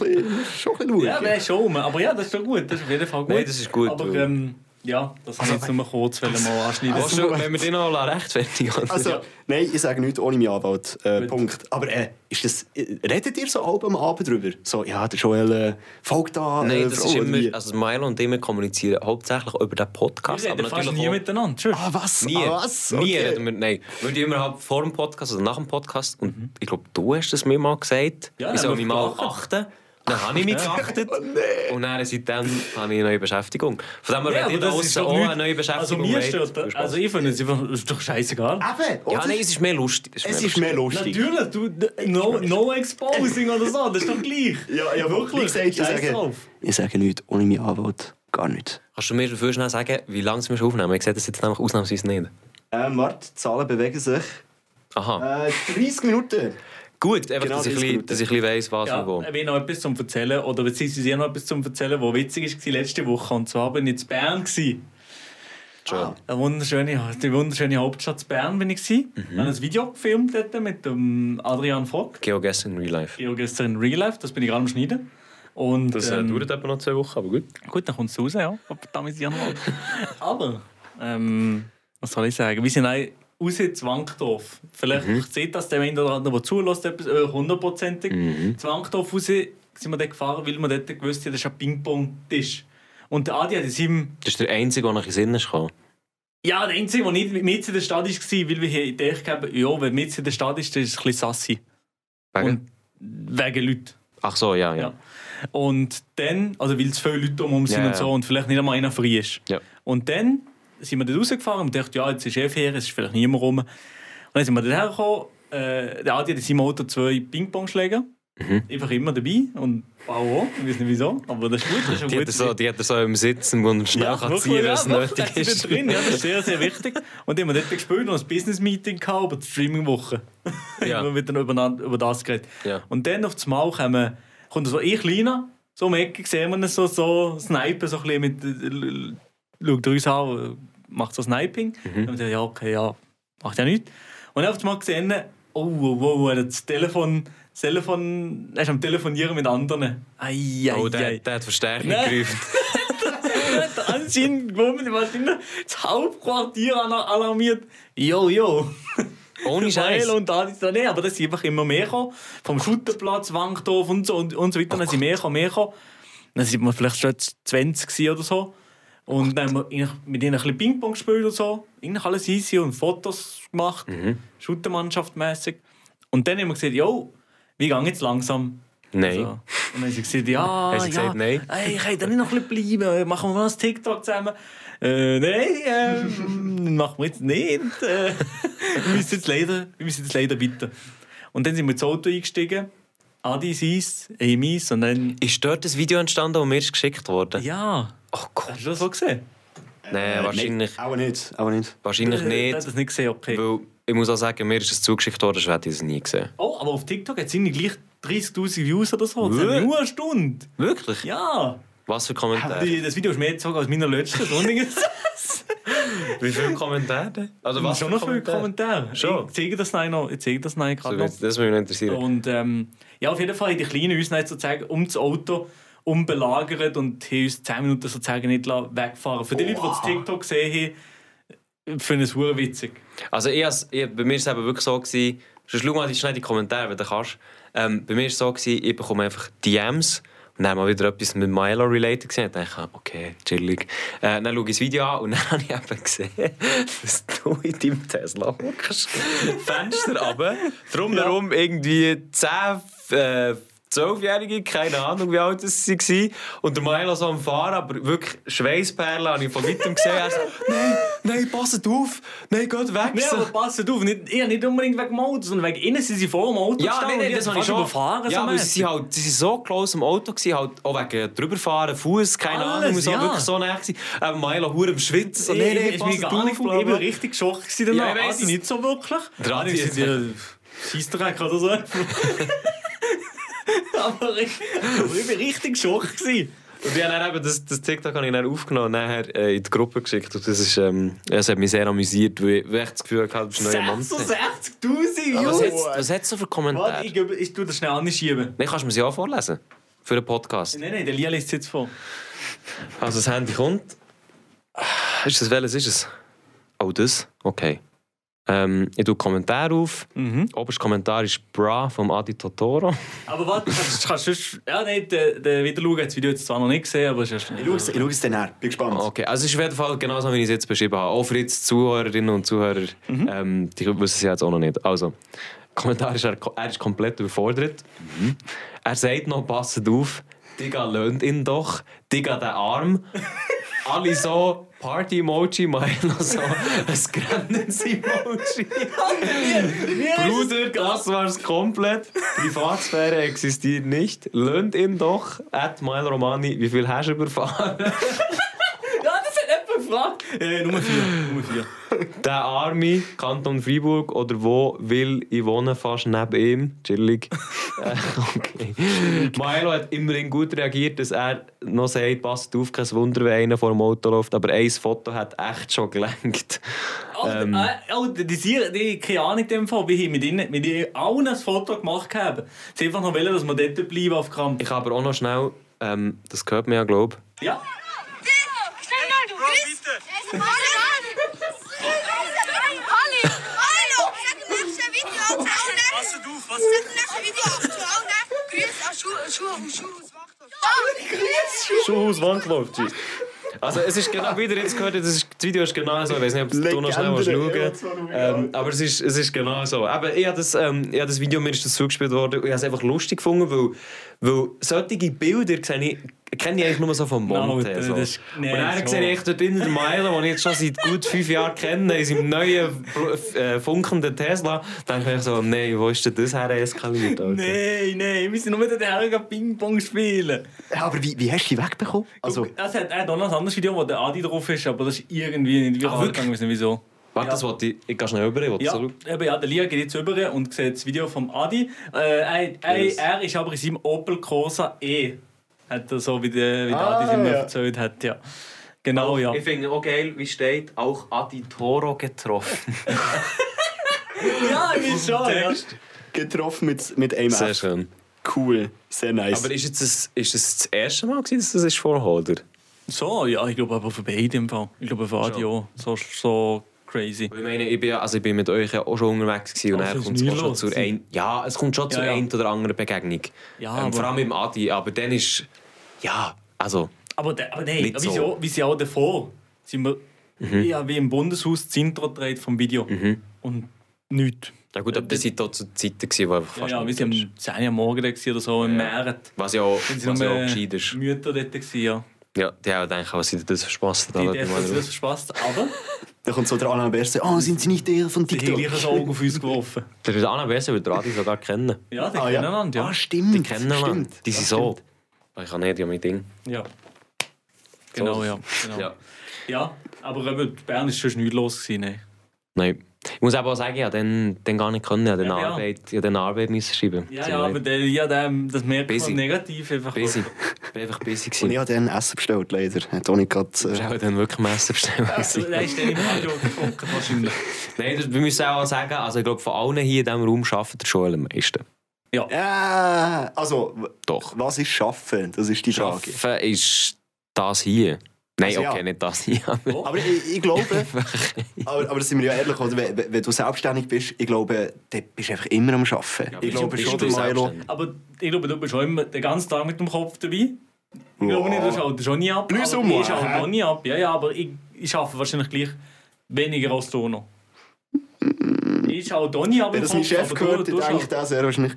Speaker 4: schon ein bisschen schauen.
Speaker 3: Ja, aber er ist schon rum. Aber ja, das ist schon gut. Das ist auf jeden Fall gut.
Speaker 1: Nein, das ist gut,
Speaker 3: Aber
Speaker 1: weil-
Speaker 3: ähm, Ja, das Also, kann ich jetzt nur kurz mal anschneiden.
Speaker 1: Willst du, wenn wir den noch rechtfertigen lassen?
Speaker 4: Also,
Speaker 3: Ja.
Speaker 4: nein, ich sage nichts ohne meinen Anwalt. Äh,
Speaker 3: Gut.
Speaker 4: Punkt. Aber äh, ist das, äh, redet ihr so halb am Abend drüber? So, ja, der Joel äh, folgt da. äh,
Speaker 1: Nein, das ist
Speaker 4: Frauen,
Speaker 1: immer,
Speaker 4: wie?
Speaker 1: also Milo und ich wir kommunizieren hauptsächlich über den Podcast,
Speaker 3: Wir
Speaker 1: aber
Speaker 3: reden fast
Speaker 1: natürlich
Speaker 3: nie
Speaker 1: auch-
Speaker 3: miteinander. Tschüss.
Speaker 4: ah, was?
Speaker 1: Nie,
Speaker 4: Ah, was?
Speaker 1: nie
Speaker 4: Okay.
Speaker 1: reden wir, nein. Weil die immer halt vor dem Podcast oder nach dem Podcast, und ich glaube, du hast es mir mal gesagt,
Speaker 3: Mhm. Ja,
Speaker 1: ich
Speaker 3: dann
Speaker 1: soll
Speaker 3: haben
Speaker 1: mich
Speaker 3: wir Oh,
Speaker 1: mal
Speaker 3: geachtet.
Speaker 1: achten. Dann habe ich mich geachtet. Und dann, seitdem habe ich eine neue Beschäftigung. Von dem her
Speaker 3: Ja,
Speaker 1: werde ich
Speaker 3: aber
Speaker 1: da
Speaker 3: das ist
Speaker 1: draussen
Speaker 3: doch
Speaker 1: auch
Speaker 3: nichts-
Speaker 1: eine neue Beschäftigung.
Speaker 3: Also, mir
Speaker 1: haben.
Speaker 3: steht da,
Speaker 1: Viel Spaß.
Speaker 3: also ich finde es einfach, es ist doch scheißegal.
Speaker 4: Eben, oder?
Speaker 1: ja, nein, es ist mehr lustig. Es ist
Speaker 4: es
Speaker 1: mehr
Speaker 4: ist mehr lustig.
Speaker 3: Natürlich, du, no, no exposing oder so, das ist doch gleich.
Speaker 4: Ja, ja, wirklich. Wie gesagt, ich
Speaker 3: Scheiß
Speaker 4: sage,
Speaker 3: drauf.
Speaker 4: ich sage nichts ohne meinen Anwalt. Gar nicht.
Speaker 1: Kannst du mir dafür schnell sagen, wie lange es wir schon aufnehmen? Ich sehe das jetzt nämlich ausnahmsweise nicht.
Speaker 4: Ähm, warte, die Zahlen bewegen sich.
Speaker 1: Aha.
Speaker 4: Äh, 30 Minuten.
Speaker 1: Gut, einfach,
Speaker 4: genau
Speaker 1: dass, ich ein
Speaker 4: das
Speaker 1: bisschen,
Speaker 4: Gute.
Speaker 1: dass ich ein bisschen weiss, was
Speaker 3: Ja,
Speaker 1: und wo.
Speaker 3: ich will noch etwas zum Erzählen, oder beziehungsweise ich habe noch etwas zum Erzählen, was witzig war letzte Woche. Und zwar bin ich in Bern. Gewesen.
Speaker 1: Schön.
Speaker 3: Eine wunderschöne, die wunderschöne Hauptstadt zu Bern bin ich. gewesen.
Speaker 1: Mhm.
Speaker 3: Ich habe ein Video gefilmt dort mit dem Adrian Fogg.
Speaker 1: Geogas in Real Life.
Speaker 3: Ich habe gestern in Real Life, das bin ich gerade am Schneiden. Und,
Speaker 1: Das äh,
Speaker 3: ähm,
Speaker 1: dauert etwa noch zwei Wochen, aber gut.
Speaker 3: Gut, dann kommt es raus, ja. Ab damals Januar. Aber, ähm, was soll ich sagen? Wir sind auch raus in Zwangdorf. Vielleicht sieht das der eine oder andere, der zulässt, etwas, äh, hundertprozentig. Zwangdorf raus sind wir dort gefahren, weil wir dort gewusst haben, das ist ein Ping-Pong-Tisch. Und der Adi hat in seinem...
Speaker 1: Das ist der einzige, der ich in den Sinn ist gekommen.
Speaker 3: Ja, der Einzige, der nicht mit in der Stadt war, weil wir hier in der Idee gegeben haben, ja, wenn mit in der Stadt ist, dann ist es ein bisschen sassy.
Speaker 1: Wegen-
Speaker 3: Und wegen Leuten.
Speaker 1: Ach so, ja, ja.
Speaker 3: Ja. Und dann, also weil es viele Leute um uns sind
Speaker 1: Ja,
Speaker 3: und so
Speaker 1: ja.
Speaker 3: und vielleicht nicht einmal einer frei ist.
Speaker 1: Ja.
Speaker 3: Und dann sind wir dort rausgefahren und dachten, ja, jetzt ist eh fair, es ist vielleicht niemand rum. Und dann sind wir dort hergekommen, äh, der Adi hat in seinem Auto zwei Ping-Pong-Schläger.
Speaker 1: Mhm.
Speaker 3: Einfach immer dabei und auch, auch, ich weiß nicht wieso, aber das ist gut, das ist ein
Speaker 1: Die hat, er
Speaker 3: gutes
Speaker 1: so, die hat er so im Sitzen, wo man schnell kann ziehen kann, wenn es nötig
Speaker 3: das
Speaker 1: ist.
Speaker 3: Drin, ja, das ist sehr, sehr wichtig. Und dann haben wir dort gespielt und ein Business-Meeting gehabt über die Streaming-Woche.
Speaker 1: Ja.
Speaker 3: Immer wieder über, über das geredet.
Speaker 1: Ja.
Speaker 3: Und dann auf das Mal kommen, kommt so ich kleiner, so um die Ecke sehen wir ihn so, so snipen, so ein bisschen mit. äh, Schaut er uns an, macht so
Speaker 1: Mhm.
Speaker 3: Sniping. Und wir sagen, ja, okay, ja, macht ja nichts. Und dann auf das Mal gesehen, oh, oh, oh, er hat das Telefon. Das Telefon, er ist am Telefonieren mit anderen. Ei, ei,
Speaker 1: Oh, der,
Speaker 3: ei.
Speaker 1: der hat Verstärkung
Speaker 3: Nein.
Speaker 1: gerufen.
Speaker 3: hat anscheinend gewonnen, wahrscheinlich das Hauptquartier an- alarmiert. Jo, jo.
Speaker 1: Ohne Scheiß.
Speaker 3: Weil und alles da nicht, aber das sind einfach immer mehr gekommen. Vom Schutterplatz, Wankdorf und so und, und so weiter. Dann sind mehr gekommen, mehr gekommen. Dann sind wir vielleicht schon 20 gewesen oder so. Und dann haben wir eigentlich mit ihnen ein bisschen Ping-Pong gespielt und so. Eigentlich alles easy und Fotos gemacht. Mhm. Schuttermannschaftmässig. Und dann haben wir gesagt, jo, wie geht jetzt langsam?
Speaker 1: Nein.
Speaker 3: So. Und dann haben sie gesagt, ja,
Speaker 1: Haben sie
Speaker 3: Ah, ja,
Speaker 1: gesagt, nein?
Speaker 3: Ey, ich kann da nicht noch ein bisschen bleiben, Äh, machen wir noch ein TikTok zusammen. Äh, nein, ähm, machen wir jetzt nicht. Äh, wir, müssen jetzt leider, wir müssen jetzt leider weiter. Und dann sind wir ins Auto eingestiegen, Adi seins, ich meins und dann,
Speaker 1: Ist dort das Video entstanden, das mir ist geschickt wurde?
Speaker 3: ja,
Speaker 1: Oh Gott.
Speaker 3: hast du das so gesehen?
Speaker 1: Nein, wahrscheinlich,
Speaker 4: Nein, aber nicht. Aber nicht.
Speaker 1: wahrscheinlich
Speaker 3: Ich
Speaker 1: nicht.
Speaker 3: Äh, das nicht gesehen, okay.
Speaker 1: Weil ich muss auch sagen, mir ist es zugeschickt worden, sonst hätte ich es nie gesehen.
Speaker 3: Oh, aber auf TikTok hat es irgendwie gleich 30'000 Views oder so. Das
Speaker 1: Wirklich?
Speaker 3: hat nur eine Stunde.
Speaker 1: Wirklich?
Speaker 3: Ja.
Speaker 1: Was für Kommentare?
Speaker 3: Die, das Video ist mehr gezogen als meiner letzten Stunde.
Speaker 1: Wie viele Kommentare? Also was
Speaker 3: schon
Speaker 1: für
Speaker 3: noch viele Kommentare.
Speaker 1: Schon.
Speaker 3: Ich zeige das nein noch. Ich zeige das nein gerade
Speaker 1: Also,
Speaker 3: noch.
Speaker 1: Das würde mich noch interessieren.
Speaker 3: Und ähm, ja, auf jeden Fall haben die Kleinen uns nicht sozusagen um das Auto umbelagert und haben uns 10 Minuten sozusagen nicht lassen wegfahren Für die Leute, die das TikTok gesehen haben, finde ich es verdammt witzig.
Speaker 1: Also ich, has- ich, bei mir war es eben wirklich so, gewesen, sonst schau mal schnell die Kommentare, wenn du kannst. Ähm, bei mir war es so, gewesen, ich bekomme einfach DMs und dann mal wieder etwas mit Milo related gesehen und dachte, ah, okay, chillig. Äh, dann schaue ich das Video an und dann habe ich eben gesehen, dass du in deinem Tesla hockst. Fenster runter, drumherum irgendwie 10, äh, 12-Jährige, keine Ahnung, wie alt das sie waren. Und der Milo so am Fahren, aber wirklich Schweißperlen habe ich von weitem gesehen. Er so, nein, nein, passet auf, nein, geht weg.
Speaker 3: Ja, aber passt auf, nicht, eher nicht unbedingt wegen dem Auto, sondern wegen innen sind sie vor dem Auto
Speaker 1: Ja, nein,
Speaker 3: und
Speaker 1: nein,
Speaker 3: die
Speaker 1: das
Speaker 3: haben
Speaker 1: habe ich
Speaker 3: fast
Speaker 1: schon. ja,
Speaker 3: überfahren. so
Speaker 1: aber sie
Speaker 3: mässig.
Speaker 1: waren halt, sie sind so close am Auto, gewesen, halt, auch wegen drüberfahren, Fuß, keine
Speaker 3: Alles,
Speaker 1: Ahnung, so
Speaker 3: ja.
Speaker 1: wirklich so nah gewesen. Aber Milo hure am Schwitzen, so, nein, nein,
Speaker 3: ich,
Speaker 1: passt
Speaker 3: ich,
Speaker 1: auf,
Speaker 3: gar nicht gut.
Speaker 1: bla,
Speaker 3: ich bin
Speaker 1: bla.
Speaker 3: richtig geschockt gewesen danach.
Speaker 1: Ja, ich weiss
Speaker 3: Adi
Speaker 1: es.
Speaker 3: nicht so wirklich.
Speaker 1: Der Adi
Speaker 3: Adi
Speaker 1: ist-
Speaker 3: ist ja Scheissdreck oder so. aber, ich, aber ich bin richtig geschockt gewesen.
Speaker 1: Und ja, dann eben, das, das TikTok habe ich dann aufgenommen und nachher äh, in die Gruppe geschickt. Und das ist, ähm, es hat mich sehr amüsiert, weil ich weil ich das Gefühl hatte, du bist ein neuer Mann.
Speaker 3: 66'000
Speaker 1: Was
Speaker 3: Jungs!
Speaker 1: hat's- Was hat es so für
Speaker 3: Warte,
Speaker 1: Kommentare?
Speaker 3: ich, gebe- ich tue das schnell anschieben.
Speaker 1: Nein, kannst du mir sie auch vorlesen? Für den Podcast.
Speaker 3: Nein, nein, der Lia liest es jetzt vor.
Speaker 1: Also das Handy kommt. Ist es welches ist es? Oh, das? Okay. Ähm, ich tue Kommentar auf.
Speaker 5: Mhm.
Speaker 1: Oberster Kommentar ist Bra vom Adi Totoro.
Speaker 3: Aber warte, kannst, kannst, kannst, ja, nein, der, der Wiederschauen hat das Video jetzt zwar noch nicht gesehen, aber es ist ja
Speaker 4: Ich schaue es- ich schaue es dann her. Bin gespannt.
Speaker 1: Okay, also es ist auf jeden Fall genauso, wie ich es jetzt beschrieben habe. Auch für jetzt Zuhörerinnen und Zuhörer, ähm, die wissen es ja jetzt auch noch nicht. Also, Kommentar ist, er, er ist komplett überfordert. Mhm. Er sagt noch, passet auf, Digga, löhnt ihn doch, Digga, den Arm. Alle so Party-Emoji, Milo so ein Grenzen-Emoji. Bruder, das war's komplett. Privatsphäre existiert nicht. Löhnt ihn doch, at Milo Romani, wie viel hast du überfahren?
Speaker 3: das hat jemand gefragt. Äh, Nummer 4. Nummer 4.
Speaker 1: Der Arme, Kanton Freiburg oder wo will ich wohnen, fast neben ihm. Chillig. Äh, okay. Milo hat immerhin gut reagiert, dass er noch sagt, passt auf, kein Wunder, wenn einer vor dem Auto läuft. Aber ein Foto hat echt schon gelenkt.
Speaker 3: Oh, äh, oh, die, die, die keine Ahnung in dem Fall, wie ich mit ihnen, mit ihnen allen ein Foto gemacht habe. Sie einfach noch wollen, dass wir dort bleiben auf Kampf.
Speaker 1: Ich habe aber auch noch schnell, ähm, das gehört mir ja, glaube ich.
Speaker 3: Ja.
Speaker 6: Schnell mal, du bist. Hallo, Hallo, hallo. Ich habe nächste Video auf Was du, was? Ich habe nächste Video auf zu Augen. Grüß aus Schuhe, Schuhe, Schuhe, Grüß, Schuhe.
Speaker 1: Schuhhaus Wandlauf, Also es ist genau wieder, jetzt gehört, ihr, das, ist, das Video ist genau so, ich weiß nicht, ob du noch schnell willst
Speaker 4: Legende,
Speaker 1: schauen
Speaker 4: ja, das war noch
Speaker 1: ähm, Aber es ist, es ist genau so. Aber ich habe das, ähm, ich habe das Video, mir ist das zugespielt worden und ich habe es einfach lustig gefunden, weil, weil solche Bilder sehe ich, kenne ich eigentlich nur so vom
Speaker 3: Nein,
Speaker 1: Mond her.
Speaker 3: das
Speaker 1: So.
Speaker 3: ist- nee,
Speaker 1: und dann
Speaker 3: so.
Speaker 1: sehe ich dort drinnen den Milo, den ich jetzt schon seit gut fünf Jahren kenne, in seinem neuen bl- äh, funkenden Tesla, dann denke ich so, nein, wo ist denn das her eskaliert? Alter?
Speaker 3: Nein, nein, wir sind nur mit den Herren Ping-Pong spielen.
Speaker 4: Ja, aber wie, wie hast du die wegbekommen? Also,
Speaker 3: Das hat, er hat auch noch ein anderes Video, wo der Adi drauf ist, aber das ist irgendwie nicht viral
Speaker 1: Ah, wirklich?
Speaker 3: gegangen, wissen wieso.
Speaker 1: Warte, das wollte ich, ich gehe schnell rüber, ich wollte
Speaker 3: Ja,
Speaker 1: zurück.
Speaker 3: eben, ja, der Lia geht jetzt rüber und sieht das Video vom Adi. Äh, er, er,
Speaker 1: Yes.
Speaker 3: er ist aber in seinem Opel Corsa E. Hat er so, wie der, wie der Adi es
Speaker 4: Ah,
Speaker 3: immer
Speaker 4: ja.
Speaker 3: erzählt hat, ja. Genau, ja.
Speaker 1: Oh, Ich finde auch geil, wie steht, auch Adi Toro getroffen.
Speaker 3: Ja, ich bin schon. Ja.
Speaker 4: getroffen mit, mit einem F.
Speaker 1: schön.
Speaker 4: Cool. Sehr nice.
Speaker 1: Aber ist jetzt das, ist das, das erste Mal, gewesen, dass das ist vorher oder?
Speaker 3: So, ja, ich glaube aber für beide im Fall. Ich glaube für Adi auch. So, so crazy.
Speaker 1: Ich meine, ich bin, ja- also ich bin mit euch ja auch schon unterwegs gewesen, und
Speaker 3: Also
Speaker 1: dann
Speaker 3: ist
Speaker 1: kommt
Speaker 3: nie
Speaker 1: es schon
Speaker 3: los
Speaker 1: zur
Speaker 3: gewesen.
Speaker 1: ein, ja, es kommt schon zur
Speaker 3: ja.
Speaker 1: einen oder anderen Begegnung.
Speaker 3: Ja,
Speaker 1: ähm,
Speaker 3: aber-
Speaker 1: vor allem mit dem Adi, aber dann ist, ja, also,
Speaker 3: Aber, der, aber nein,
Speaker 1: Nicht
Speaker 3: wieso,
Speaker 1: so. Mhm.
Speaker 3: wie sie auch davor sind wir ja, wie im Bundeshaus das Intro gedreht vom Video. Und nichts.
Speaker 1: ja gut, aber das sind auch zu Zeiten gewesen, wo einfach
Speaker 3: Äh, Ja,
Speaker 1: fast
Speaker 3: ja, wir
Speaker 1: nichts
Speaker 3: sind
Speaker 1: ist.
Speaker 3: am 10 Uhr morgen da gewesen oder so im März.
Speaker 1: was ja auch,
Speaker 3: Sind äh, sie noch
Speaker 1: was ja auch gescheit
Speaker 3: mit
Speaker 1: ist.
Speaker 3: Mütter dort gewesen, ja.
Speaker 1: Ja, die haben gedacht, was sind das für Spass?
Speaker 3: Die dürfen uns das verspasst, aber
Speaker 4: Dann kommt so der Alain Berset, oh, sind sie nicht der von
Speaker 3: die haben gleich
Speaker 4: TikTok?
Speaker 3: ein Auge auf uns geworfen.
Speaker 1: Der Anna Besser würde Adi sogar kennen.
Speaker 3: Ja, die
Speaker 4: Ah, ja.
Speaker 3: voneinander, ja.
Speaker 4: Ah, stimmt.
Speaker 1: Die kennen wir.
Speaker 4: stimmt.
Speaker 1: Die sind so. Ah, Ich kann nicht, ja, mein Ding.
Speaker 3: ja. Genau, ja. Genau.
Speaker 1: Ja.
Speaker 3: Ja. aber eben, Bern war schon nichts los. Gewesen, ne?
Speaker 1: Nein. Ich muss aber auch sagen, ich habe den, den gar nicht können. Ich habe den
Speaker 3: Ja, ja.
Speaker 1: Arbeit, ich habe den Arbeit müssen schreiben.
Speaker 3: Ja, ja, aber der, ja, der, das merkt
Speaker 1: Busy.
Speaker 3: man negativ einfach.
Speaker 1: Busy. Ich bin einfach busy
Speaker 4: Und ich
Speaker 1: gewesen.
Speaker 4: habe dann Essen bestellt, leider. Hat auch nicht gerade...
Speaker 1: Ich
Speaker 4: Äh,
Speaker 1: habe dann wirklich Messer bestellt.
Speaker 3: Also, der ist dann im Radio gefunken, wahrscheinlich.
Speaker 1: Nein, das, wir müssen auch sagen, also ich glaube, von allen hier in diesem Raum arbeitet der Joel am meisten.
Speaker 4: äh, also, w-
Speaker 1: Doch.
Speaker 4: was ist Schaffen? Das ist die Frage.
Speaker 1: Schaffen ist das hier. Nein,
Speaker 4: Also ja.
Speaker 1: okay, nicht das hier. aber-
Speaker 4: Aber ich, ich glaube, aber, aber sind wir ja ehrlich, oder? Wenn, wenn du selbstständig bist, ich glaube, dann bist du einfach immer am Arbeiten. ich glaube
Speaker 1: Bist
Speaker 4: schon,
Speaker 1: du
Speaker 4: der Milo.
Speaker 1: selbstständig?
Speaker 3: Aber ich glaube, du bist schon immer den ganzen Tag mit dem Kopf dabei. Ich glaube nicht, du schaltest schon nie ab.
Speaker 4: Plus
Speaker 3: aber
Speaker 4: Humor,
Speaker 3: Ich schalte
Speaker 4: um, hä?
Speaker 3: auch nie ab, ja, ja, aber ich, ich arbeite wahrscheinlich gleich weniger als du noch. Ich schalte auch nie ab. im
Speaker 4: Wenn das mein
Speaker 3: Kopf,
Speaker 4: Chef
Speaker 3: aber
Speaker 4: gehört,
Speaker 3: du,
Speaker 4: dann
Speaker 3: du
Speaker 4: denkt
Speaker 3: schalte-
Speaker 4: er sehr wahrscheinlich.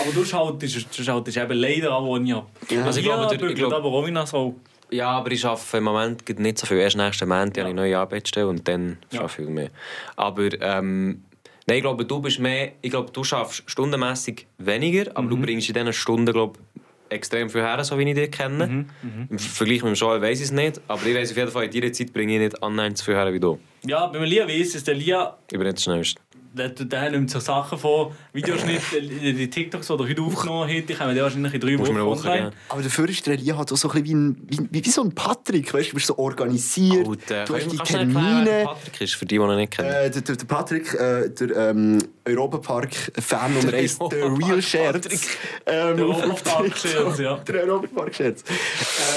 Speaker 3: Aber du schaltest, du schaltest eben leider auch nie ab.
Speaker 1: Also ich glaube,
Speaker 3: ja,
Speaker 1: der- ich
Speaker 3: bügelt
Speaker 1: glaube-
Speaker 3: aber auch noch so.
Speaker 1: Ja, aber ich arbeite im Moment gerade nicht so viel. Erst nächsten Moment habe ich neue Arbeitsstelle und dann
Speaker 3: Ja.
Speaker 1: arbeite ich mehr. Aber ähm, nein, ich glaube, du bist mehr. Ich glaube, du schaffst stundenmäßig weniger, aber
Speaker 4: Mhm.
Speaker 1: du bringst in diesen Stunden glaube ich, extrem viel her, so wie ich dich kenne.
Speaker 4: Mhm,
Speaker 1: Im Vergleich mit dem Joel weiß ich es nicht, aber ich weiß auf jeden Fall, in dieser Zeit bringe ich nicht annähernd so viel her wie du.
Speaker 3: Ja, wenn man Lia weiss, ist der Lia,
Speaker 1: Ich bin nicht der Schnellste.
Speaker 3: der, der nimmt so Sachen vor, Videoschnitt, die die TikToks, die er heute aufgenommen hat, die kommen dann wahrscheinlich in drei
Speaker 1: Musst
Speaker 3: Wochen
Speaker 1: mir eine Woche
Speaker 3: online.
Speaker 1: geben.
Speaker 4: Aber dafür ist der Elia halt auch so ein bisschen wie, ein- wie, wie so ein Patrick. Weißt du, du bist so organisiert,
Speaker 1: Gut, äh,
Speaker 4: du hast die
Speaker 1: kannst du erklären, wer der
Speaker 4: Termine.
Speaker 1: Patrick ist, für die, die ihn nicht kennen.
Speaker 4: Äh, der, der, der Patrick, äh, der, ähm, Europapark Fan Nummer 1, der
Speaker 1: Europapark,
Speaker 4: Real Scherz.
Speaker 1: Patrick.
Speaker 4: Ähm,
Speaker 3: Der
Speaker 4: auf
Speaker 3: Europapark
Speaker 4: TikTok.
Speaker 3: Scherz, ja.
Speaker 4: Der Europapark Scherz.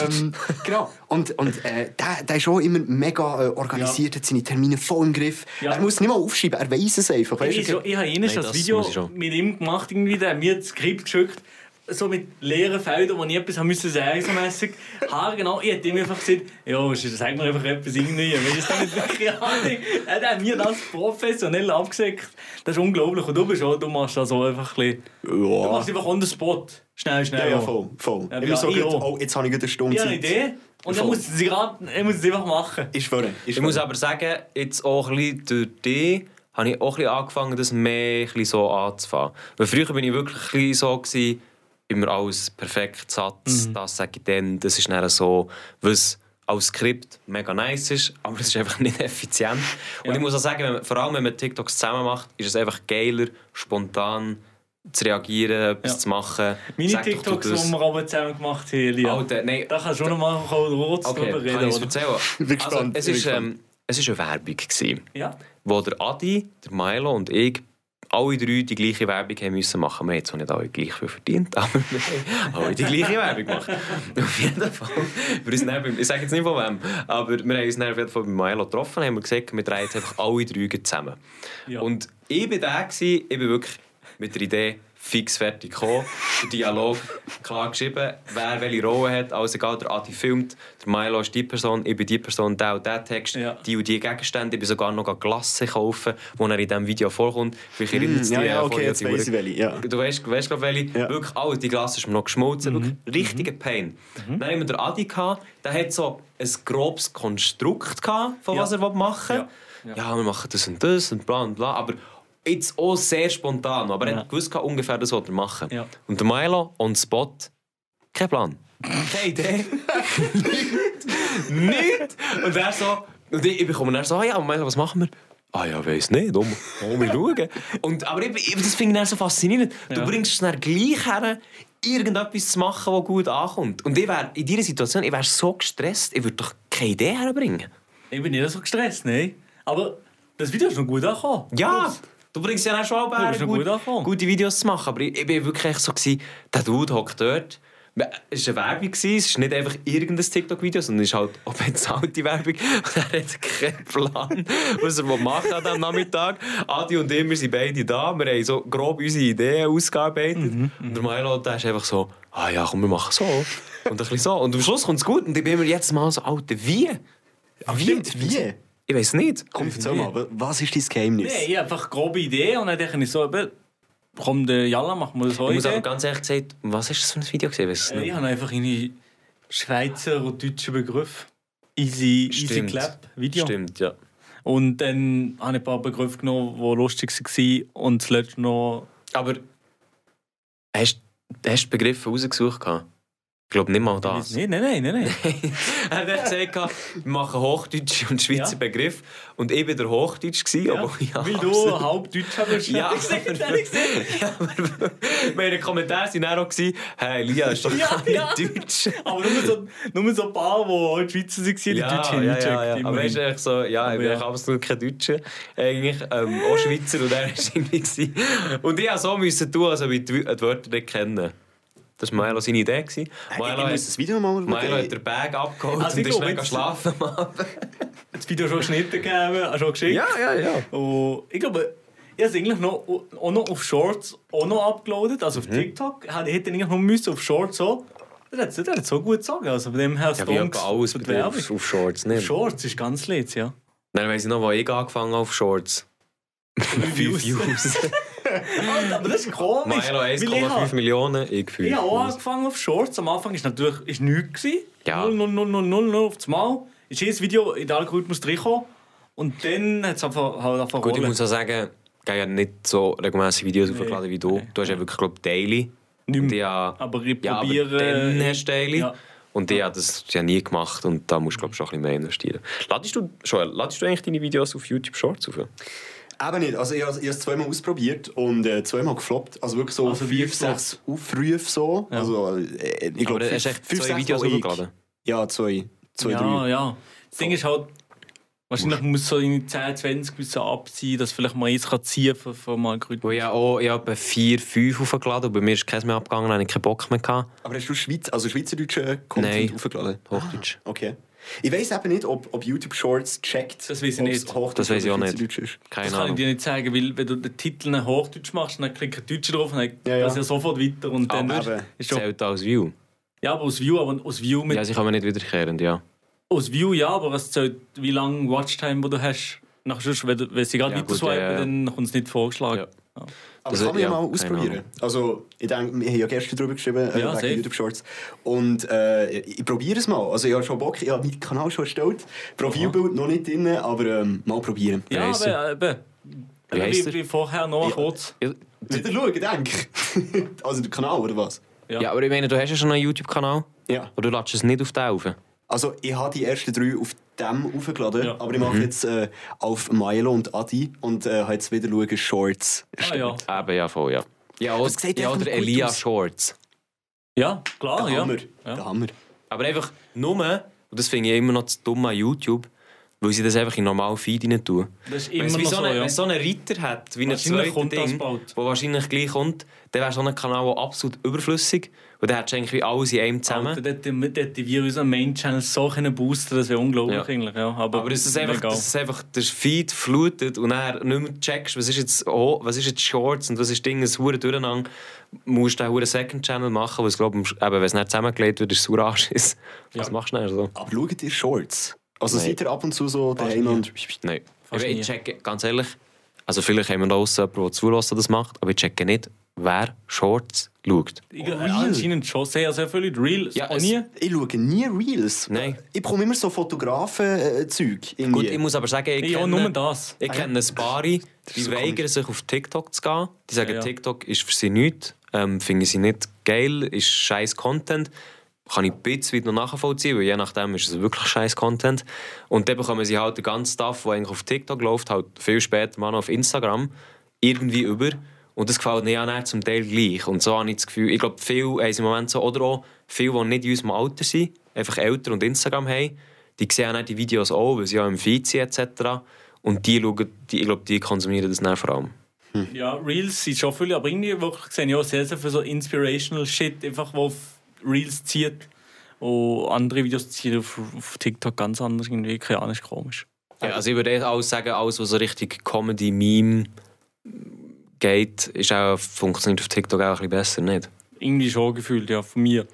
Speaker 4: ähm, genau. Und, und äh, der, der ist auch immer mega äh, organisiert, hat seine Termine voll im Griff.
Speaker 3: Ja.
Speaker 4: Er muss nicht mal aufschreiben, er weiß es einfach. Weißt, du,
Speaker 3: Ich, so, ich habe
Speaker 1: Nein,
Speaker 3: eh schon
Speaker 1: das
Speaker 3: das Video
Speaker 1: muss ich schon.
Speaker 3: mit ihm gemacht, irgendwie, der hat mir das Skript geschickt. So mit leeren Feldern, wo ich etwas haben müssen sagen so mässig. Haargenau, ich hätte ihm einfach gesagt, ja, sag mir einfach etwas irgendwie, weil es nicht wirklich Ahnung. Er hat mir das professionell abgesagt. Das ist unglaublich. Und du bist auch, du machst das so einfach ein bisschen, du machst einfach on the spot. Schnell,
Speaker 4: ja,
Speaker 3: schnell.
Speaker 4: ja, voll. voll.
Speaker 3: Ja,
Speaker 4: ich muss
Speaker 3: ja,
Speaker 4: so
Speaker 3: ich
Speaker 4: gut,
Speaker 3: auch.
Speaker 4: oh, jetzt habe ich gerade eine Stunde
Speaker 3: Ich habe eine Idee und er
Speaker 4: Voll.
Speaker 3: muss sie gerade, er muss es einfach machen.
Speaker 4: Ich schwöre.
Speaker 1: Ich muss aber sagen, jetzt auch ein bisschen durch dich habe ich auch ein bisschen angefangen, das mehr ein bisschen so anzufangen. Weil früher bin ich wirklich ein bisschen so, gewesen, immer alles perfekt, Satz, das sage ich dann, das ist dann so, was als Skript mega nice ist, aber es ist einfach nicht effizient. Und ich muss auch sagen, wenn man, vor allem wenn man TikToks zusammen macht, ist es einfach geiler, spontan zu reagieren, etwas
Speaker 3: Ja.
Speaker 1: zu machen.
Speaker 3: Meine
Speaker 1: Sag doch du
Speaker 3: TikToks,
Speaker 1: das.
Speaker 3: die wir aber zusammen gemacht haben, Elia.
Speaker 1: Alter, nein,
Speaker 3: Da kannst du schon noch mal kurz
Speaker 1: okay,
Speaker 3: drüber
Speaker 1: kann
Speaker 3: reden,
Speaker 1: ich es
Speaker 3: oder?
Speaker 1: erzählen?
Speaker 4: bin gespannt,
Speaker 1: Also,
Speaker 4: ich
Speaker 1: es, ist,
Speaker 4: bin
Speaker 1: ähm, es ist eine Werbung. Gewesen
Speaker 3: Ja.
Speaker 1: wo der Adi, der Milo und ich alle drei die gleiche Werbung haben müssen machen. Wir haben zwar nicht alle gleich viel verdient, aber wir haben alle die gleiche Werbung gemacht. Auf jeden Fall. Wir uns dann, beim- ich sage jetzt nicht von wem, aber wir haben uns dann auf jeden Fall bei Milo getroffen und haben gesagt, wir drehen jetzt einfach alle drei zusammen.
Speaker 3: Ja.
Speaker 1: Und ich war der, gewesen, ich bin wirklich mit der Idee fix fertig gekommen. Der Dialog klar geschrieben, wer welche Rolle hat, alles egal, der Adi filmt, der Milo ist die Person, ich bin die Person, der und der Text,
Speaker 3: Ja.
Speaker 1: die und die Gegenstände, ich bin sogar noch Glasse kaufen, wo er in diesem Video vorkommt. Vielleicht erinnert es
Speaker 4: Mhm. ja,
Speaker 1: dich,
Speaker 4: ja,
Speaker 1: äh,
Speaker 4: okay,
Speaker 1: vorhin
Speaker 4: jetzt
Speaker 1: an die
Speaker 4: weiss ich
Speaker 1: Uhr.
Speaker 4: welche, ja.
Speaker 1: Du weißt, weißt glaub, welche.
Speaker 4: Ja.
Speaker 1: Wirklich alles, die Glasse ist mir noch geschmolzen. Wirklich richtiger Pain. Dann haben wir den Adi, gehabt, der hat so ein grobes Konstrukt, gehabt, von
Speaker 3: Ja.
Speaker 1: was er machen will.
Speaker 3: Ja.
Speaker 1: Ja. wir machen das und das und bla und bla. Aber jetzt auch sehr spontan. Aber er
Speaker 3: Ja.
Speaker 1: hat gewusst, gehabt, ungefähr das, was er machen
Speaker 3: Ja.
Speaker 1: Und der Milo on the spot, kein Plan. Keine Idee. nicht. Und er so, und ich, ich bekomme dann so, ah ja, Milo, was machen wir? Ah ja, weiss nicht, um, um wir schauen. Und, aber ich, ich, das finde ich dann so faszinierend. Du
Speaker 3: Ja.
Speaker 1: bringst es dann gleich her, irgendetwas zu machen, das gut ankommt. Und ich wäre in dieser Situation, ich wäre so gestresst, ich würde doch keine Idee herbringen.
Speaker 3: Ich bin nicht so gestresst, nein. Aber das Video ist noch gut angekommen.
Speaker 1: Ja, du bringst ja auch schon
Speaker 3: Du
Speaker 1: ab,
Speaker 3: bist
Speaker 1: her,
Speaker 3: noch gut angekommen.
Speaker 1: gute Videos zu machen. Aber ich, ich bin wirklich echt so, gewesen, der Dude hockt dort. Äh, Es war eine Werbung, gewesen, es ist nicht einfach irgendein TikTok-Video, sondern es ist halt auch bezahlte Werbung. Und er hat keinen Plan, was er macht an diesem Nachmittag. Adi und ich, wir sind beide da, wir haben so grob unsere Ideen ausgearbeitet. und der Milo, der ist einfach so, ah ja, komm, wir machen so. Und ein bisschen so. Und am Schluss kommt es gut. Und ich bin mir jetzt mal so, Alter, wie? Wie?
Speaker 4: Stimmt, wie?
Speaker 1: Ich weiß nicht.
Speaker 4: Komm, erzähl mal, wa- was ist dein Geheimnis?
Speaker 3: Nein, ich habe einfach grobe Idee und dann denke ich so, eben, komm, der Jalla, machen wir das
Speaker 1: Ich muss
Speaker 3: heute.
Speaker 1: aber ganz ehrlich gesagt, was ist das für ein Video gewesen? Weiss es
Speaker 3: Äh,
Speaker 1: nicht.
Speaker 3: ich habe einfach eine Schweizer und deutschen Begriff. Easy, easy
Speaker 1: Stimmt.
Speaker 3: Clap Video.
Speaker 1: Stimmt, ja.
Speaker 3: Und dann habe ich ein paar Begriffe genommen, die lustig waren und zuletzt noch.
Speaker 1: Aber hast du hast du Begriffe rausgesucht? gehabt? Ich glaube nicht mal das.
Speaker 3: Nein, nein, nein, nein. nein.
Speaker 1: Er hat gesagt, gehabt, wir machen Hochdeutsch und Schweizer
Speaker 3: Ja.
Speaker 1: Begriff. Und ich war der Hochdeutsch, gewesen,
Speaker 3: Ja,
Speaker 1: obwohl ich
Speaker 3: Weil
Speaker 1: absolut-
Speaker 3: du halb Deutscher bist.
Speaker 1: Ja.
Speaker 3: Ich sehe es ehrlich gesagt.
Speaker 1: Ja, aber meine Kommentare waren dann auch, gewesen, hey, Lia, ist doch
Speaker 3: Ja,
Speaker 1: gar
Speaker 3: ja.
Speaker 1: nicht Deutsch.
Speaker 3: Aber nur so, nur so ein paar, die halt Schweizer waren, die Deutschen
Speaker 1: Ja,
Speaker 3: haben
Speaker 1: ja,
Speaker 3: gecheckt,
Speaker 1: ja, ja. Aber
Speaker 3: immerhin.
Speaker 1: er ist echt so, ja, ich
Speaker 3: Aber
Speaker 1: bin
Speaker 3: ja.
Speaker 1: echt absolut kein Deutscher. Eigentlich, ähm, auch Schweizer und er war irgendwie. gewesen. Und ich musste so müssen tun, als ob ich die Wö- die Wörter nicht kenne. Das war Milo seine Idee. gewesen.
Speaker 4: ich
Speaker 1: Milo,
Speaker 4: muss
Speaker 1: hat-
Speaker 4: das Video mal schauen.
Speaker 1: Milo hat den Bag abgeholt
Speaker 3: Also
Speaker 1: und
Speaker 3: ich
Speaker 1: ist
Speaker 3: glaube,
Speaker 1: mega
Speaker 3: jetzt-
Speaker 1: schlafen am Abend.
Speaker 3: das Video schon geschnitten gegeben, auch schon geschickt.
Speaker 1: ja, ja.
Speaker 3: Und ich glaube, ich habe es eigentlich noch, auch noch auf Shorts auch noch abgeloadet, also
Speaker 1: Mhm.
Speaker 3: auf TikTok. Ich hätte ich eigentlich noch müssen auf Shorts so. Der hat der hat so gut gesagt. Also von dem her
Speaker 1: Ja, wie etwa alles
Speaker 3: für die
Speaker 1: bei auf,
Speaker 3: Werbung.
Speaker 1: auf Shorts, nicht?
Speaker 3: Shorts ist ganz lit, ja.
Speaker 1: Dann weiss ich noch, wo ich angefangen habe auf Shorts. Fünf Views.
Speaker 3: Alter, aber das ist komisch.
Speaker 1: Milo
Speaker 3: weil ich
Speaker 1: 1,5
Speaker 3: habe-
Speaker 1: Millionen, ich 5.
Speaker 3: Ich habe auch angefangen auf Shorts. Am Anfang war natürlich ist nichts. gewesen.
Speaker 1: Ja.
Speaker 3: Null, null, null, null, null, null auf das Mal. Ist jedes Video in den Algorithmus reingekommen. Und dann hat es einfach halt einfach
Speaker 1: Gut, ich
Speaker 3: rollen.
Speaker 1: muss auch sagen, ich habe ja nicht so regelmäßig Videos aufgeladen wie du.
Speaker 3: nein,
Speaker 1: Du hast ja wirklich, glaube daily.
Speaker 3: Nicht
Speaker 1: Und
Speaker 3: mehr.
Speaker 1: ich habe-
Speaker 3: Aber ich
Speaker 1: ja, aber
Speaker 3: probiere-
Speaker 1: dann hast du daily.
Speaker 3: Ja.
Speaker 1: Und ich habe das ja nie gemacht und da musst du, glaube ich, schon ein bisschen mehr investieren. Ladest du, Joel, ladest du eigentlich deine Videos auf YouTube Shorts auf?
Speaker 4: Eben nicht. Also ich habe es zweimal ausprobiert und äh, zweimal gefloppt. Also wirklich so
Speaker 3: Also wie
Speaker 4: fünf,
Speaker 3: gefloppt?
Speaker 4: sechs Aufrufe so. Also äh, ich
Speaker 1: Aber
Speaker 4: glaube,
Speaker 1: du hast echt zwei
Speaker 4: sechs
Speaker 1: Videos
Speaker 4: Mal ich.
Speaker 1: hochgeladen.
Speaker 4: Ja, zwei. Zwei,
Speaker 3: ja,
Speaker 4: drei.
Speaker 3: ja. Das Ding ist halt, Wahrscheinlich muss so in 10, 20 bis so abziehen, dass vielleicht mal eins kann ziehen kann vom Algorithmus.
Speaker 1: Wo ich auch, ich habe vier, fünf hochgeladen und bei mir ist keins mehr abgegangen, habe ich keinen Bock mehr gehabt.
Speaker 4: Aber hast du Schweiz, also schweizerdeutschen Content
Speaker 1: Nein.
Speaker 4: aufgeladen?
Speaker 3: Ah,
Speaker 1: Hochdeutsch.
Speaker 4: Okay. Ich weiß eben nicht, ob, ob YouTube Shorts checkt.
Speaker 3: Das weiss ich
Speaker 4: ob's
Speaker 3: nicht.
Speaker 4: Hochdeutsch
Speaker 1: Das weiss ich
Speaker 4: oder
Speaker 1: auch nicht.
Speaker 4: Schweizerdeutsch ist.
Speaker 1: Keine
Speaker 3: Das kann ich
Speaker 1: Ahnung.
Speaker 3: dir nicht sagen, weil wenn du den Titel in Hochdeutsch machst, dann klickst du Deutsch drauf und dann geht
Speaker 4: Ja, ja.
Speaker 3: das ja sofort weiter. Und dann
Speaker 4: Aber eben.
Speaker 3: ist schon,
Speaker 1: Zählt als View.
Speaker 3: ja, aber aus View, aber aus View mit
Speaker 1: Ja, sie kommen nicht wiederkehrend, ja.
Speaker 3: Aus View ja, aber es zählt, wie lange Watchtime wo du hast. Nachher, sonst, wenn, du, wenn sie gerade
Speaker 1: Ja,
Speaker 3: weiter
Speaker 1: gut,
Speaker 3: swipen,
Speaker 1: ja, ja.
Speaker 3: dann kommt es nicht vorgeschlagen. Ja.
Speaker 4: Aber
Speaker 1: Also,
Speaker 4: kann man ja,
Speaker 1: ja,
Speaker 4: mal
Speaker 1: keine
Speaker 4: ausprobieren.
Speaker 1: Ahnung.
Speaker 4: Also, ich denke, wir haben ja gestern darüber geschrieben, äh,
Speaker 3: Ja, safe.
Speaker 4: wegen YouTube-Shorts. Und äh, ich ich probiere es mal. Also, ich habe schon Bock, ich habe meinen Kanal schon erstellt. Profilbild noch nicht drin, aber ähm, mal probieren.
Speaker 1: Wie
Speaker 3: Ja,
Speaker 1: heisst
Speaker 3: aber eben.
Speaker 1: Wie
Speaker 3: Eben,
Speaker 1: heisst
Speaker 3: Wie,
Speaker 1: er?
Speaker 3: wie vorher noch
Speaker 4: Ja.
Speaker 3: kurz.
Speaker 1: Ja,
Speaker 4: Wieder schauen, denke Also, der Kanal, oder was?
Speaker 3: Ja.
Speaker 1: ja, aber ich meine, du hast ja schon einen YouTube-Kanal.
Speaker 4: Ja.
Speaker 1: Oder du lädst es nicht auf den auf?
Speaker 4: Also, ich habe die ersten drei auf dem aufgeladen,
Speaker 3: Ja. Mhm.
Speaker 4: aber ich mache jetzt äh, auf Milo und Adi und äh, habe jetzt wieder schauen, Shorts.
Speaker 3: Ah, ja.
Speaker 1: Eben, ja, voll, ja. Ja, oder,
Speaker 4: es sieht
Speaker 1: ja,
Speaker 4: einfach
Speaker 1: oder
Speaker 4: gut
Speaker 1: Elia
Speaker 4: aus.
Speaker 1: Shorts.
Speaker 3: ja, klar,
Speaker 4: Der
Speaker 3: Ah, ja.
Speaker 4: Hammer.
Speaker 3: Ja.
Speaker 4: Der Hammer.
Speaker 1: Aber einfach nur, und das finde ich immer noch zu dumm an YouTube, weil sie das einfach in normalen Feed rein tun.
Speaker 3: Das ist
Speaker 1: Wenn
Speaker 3: immer
Speaker 1: es wie
Speaker 3: noch
Speaker 1: so
Speaker 3: so,
Speaker 1: einen
Speaker 3: ja.
Speaker 1: so eine Reiter hat, wie ein zweites
Speaker 3: Wahrscheinlich kommt das
Speaker 1: Ding,
Speaker 3: bald.
Speaker 1: wo wahrscheinlich gleich kommt, dann wäre so ein Kanal der absolut überflüssig. Und dann hättest du eigentlich wie alles in einem zusammen.
Speaker 3: Alter, dort dort hätten wir unseren Main-Channel so können boosten das wäre unglaublich
Speaker 1: Ja.
Speaker 3: eigentlich. Ja. Aber,
Speaker 1: Aber es ist einfach,
Speaker 3: egal.
Speaker 1: dass es einfach der Feed flutet und er nicht mehr checkst, was ist jetzt, oh, was ist jetzt Shorts und was ist Ding, ein hure Durcheinander. Musst du einen hure Second Channel machen, weil ich glaube, wenn es nicht zusammengelegt wird, ist es hure ist. Was
Speaker 3: Ja.
Speaker 1: machst du denn so?
Speaker 4: Aber schaut ihr Shorts? Also,
Speaker 1: Nein.
Speaker 4: seid ihr ab und zu so daheim
Speaker 3: nie.
Speaker 4: und...
Speaker 1: Nein.
Speaker 3: Fast
Speaker 1: ich,
Speaker 3: nie.
Speaker 1: ich checke, ganz ehrlich, also vielleicht haben wir da aussen jemanden, der zulässt, der das macht, aber ich checke nicht, wer Shorts schaut.
Speaker 3: Ich- äh, Anscheinend schon sehr, sehr viele Leute. Real.
Speaker 1: Oh, Ja,
Speaker 3: auch
Speaker 1: es-
Speaker 3: nie.
Speaker 4: Ich schaue nie Reels.
Speaker 1: Nein.
Speaker 4: Ich bekomme immer so Fotografen-Zeug.
Speaker 1: Gut, ich muss aber sagen, ich,
Speaker 3: Ich auch
Speaker 1: kenne-
Speaker 3: nur das.
Speaker 1: Ich kenne ein paar, die
Speaker 4: so
Speaker 1: weigern sich auf TikTok zu gehen. Die sagen,
Speaker 3: Ja, ja.
Speaker 1: TikTok ist für sie nichts, ähm, finden sie nicht geil, ist scheiß Content. Kann ich ein bisschen noch nachvollziehen, weil je nachdem ist es wirklich scheiß Content. Und dann bekommen sie halt den ganzen Stuff, der eigentlich auf TikTok läuft, halt viel später mal noch auf Instagram irgendwie über. Und das gefällt mir auch zum Teil gleich. Und so habe ich das Gefühl, ich glaube, viele haben es im Moment so, oder auch viele, die nicht in unserem Alter sind, einfach älter und Instagram haben, die sehen auch die Videos auch, weil sie ja im Feed sind etc. Und die schauen, die, ich glaube, die konsumieren das dann vor allem.
Speaker 3: Ja, Reels sind schon viele, aber irgendwie wirklich sehe ich auch sehr, sehr viel so inspirational Shit, einfach wo auf Reels zieht. Und andere Videos ziehen auf, auf TikTok ganz anders irgendwie. Keine Ahnung, ist komisch.
Speaker 1: Ja, also ich würde eher alles sagen, alles, was so richtig Comedy-Meme geht, ist auch, funktioniert auf TikTok auch ein bisschen besser, nicht?
Speaker 3: Irgendwie schon gefühlt, ja, von mir.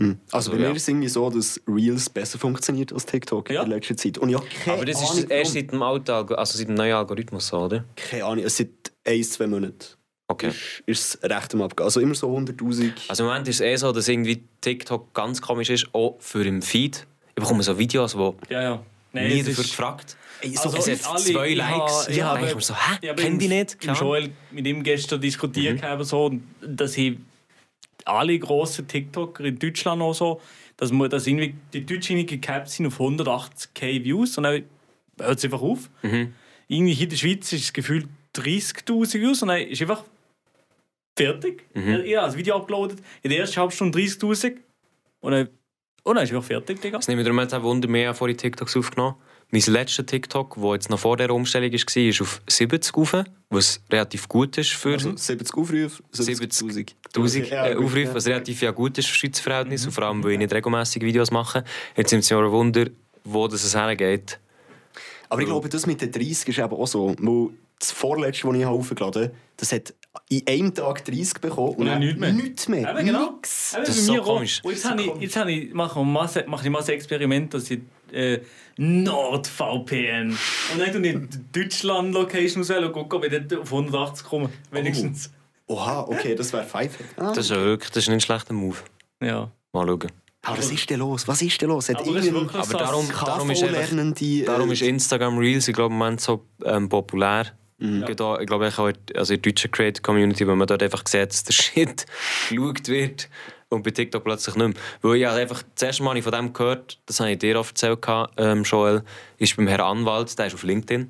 Speaker 4: Also bei
Speaker 1: Also,
Speaker 4: mir
Speaker 1: ja.
Speaker 4: ist es irgendwie so, dass Reels besser funktioniert als TikTok
Speaker 3: Ja.
Speaker 4: in letzter Zeit. Und ich habe keine
Speaker 1: Aber das
Speaker 4: Ahnung,
Speaker 1: ist erst
Speaker 4: warum.
Speaker 1: seit dem, alten, Algo- also seit dem neuen Algorithmus so, oder?
Speaker 4: Keine Ahnung, es sind ein, zwei Monate.
Speaker 1: Okay.
Speaker 4: Ist, ist es recht am Abgehen. Also immer so 100'000.
Speaker 1: Also im Moment ist es eh so, dass irgendwie TikTok ganz komisch ist, auch für im Feed. Ich bekomme so Videos, die
Speaker 3: Ja, ja. Nein,
Speaker 1: nie
Speaker 3: es
Speaker 1: dafür
Speaker 3: ist-
Speaker 1: gefragt.
Speaker 4: Ey,
Speaker 3: also
Speaker 1: es
Speaker 3: ich-
Speaker 1: hat zwei
Speaker 3: ich
Speaker 1: Likes.
Speaker 3: habe-
Speaker 1: Ja,
Speaker 3: habe-
Speaker 1: dann denke ich mir so, hä?
Speaker 3: ich habe
Speaker 1: Kenn die
Speaker 3: mit-
Speaker 1: nicht?
Speaker 3: Mit
Speaker 1: Keine
Speaker 3: Joel mit ihm gestern diskutiert mhm. eben so, dass ich alle grossen TikToker in Deutschland auch so, dass, man, dass irgendwie die Deutschen gecapt sind auf 180k Views und dann hört es einfach auf.
Speaker 1: Mhm.
Speaker 3: Irgendwie hier in der Schweiz ist es gefühlt 30'000 Views und dann ist einfach fertig.
Speaker 1: Mhm.
Speaker 3: Ich habe das Video abgeloadet, in der ersten halben Stunde 30'000 und dann, und dann ist einfach fertig, Digga.
Speaker 1: Es nimmt mich darum jetzt auch Wunder, mehr vor die TikToks aufgenommen. Mein letzter TIKTok, der jetzt noch vor der Umstellung war, ist auf 70 rauf, was relativ gut ist für
Speaker 4: Also 70 Aufrufe, 70'000.
Speaker 1: 1000
Speaker 4: Ja, Mhm.
Speaker 1: äh,
Speaker 4: gut,
Speaker 1: Aufrufe, was relativ ja gut ist für Schweizer Verhältnisse, und vor allem, weil ich nicht regelmäßig Videos mache. Jetzt nimmt es mir auch Wunder, wo das es hergeht.
Speaker 4: Aber ich glaube, das mit den 30 ist eben auch so. Weil das vorletzte, das ich habe aufgeladen habe, das hat in einem Tag 30 bekommen und
Speaker 3: Und
Speaker 4: dann
Speaker 3: nichts mehr.
Speaker 4: Nichts mehr.
Speaker 3: Eben, genau.
Speaker 4: Nix.
Speaker 3: Eben,
Speaker 1: Das
Speaker 3: bei
Speaker 1: ist so
Speaker 3: mir auch.
Speaker 1: komisch.
Speaker 3: Und jetzt habe ich, jetzt habe ich, mache, ich mal se- mache ich mal ein Experiment, dass ich äh, NordVPN und dann tue ich die Deutschland-Location auswählen und gucke, ob ich dort auf 180 komme. Wenigstens.
Speaker 1: Oh.
Speaker 4: Oha, okay, das wäre Pfeife. Ah.
Speaker 1: Das ist ja wirklich das ist nicht ein schlechter Move.
Speaker 3: Ja.
Speaker 1: Mal schauen.
Speaker 4: Aber was ist denn los? Was ist denn los? Hat
Speaker 3: Aber das ist wirklich
Speaker 1: Aber
Speaker 3: so.
Speaker 1: darum, darum ist einfach
Speaker 4: KV-Lernende...
Speaker 1: Darum ist eh- Instagram Reels, ich glaube, im Moment so ähm, populär. Ich da- Ich glaube, ich auch in- also in der deutschen Creator Community, wenn man dort einfach sieht, dass der Shit geschaut wird und bei TikTok plötzlich nicht mehr. Weil ich habe einfach das erste Mal habe ich von dem gehört, das habe ich dir oft erzählt, gehabt, ähm, Joel, ist beim Herrn Anwalt, der ist auf LinkedIn.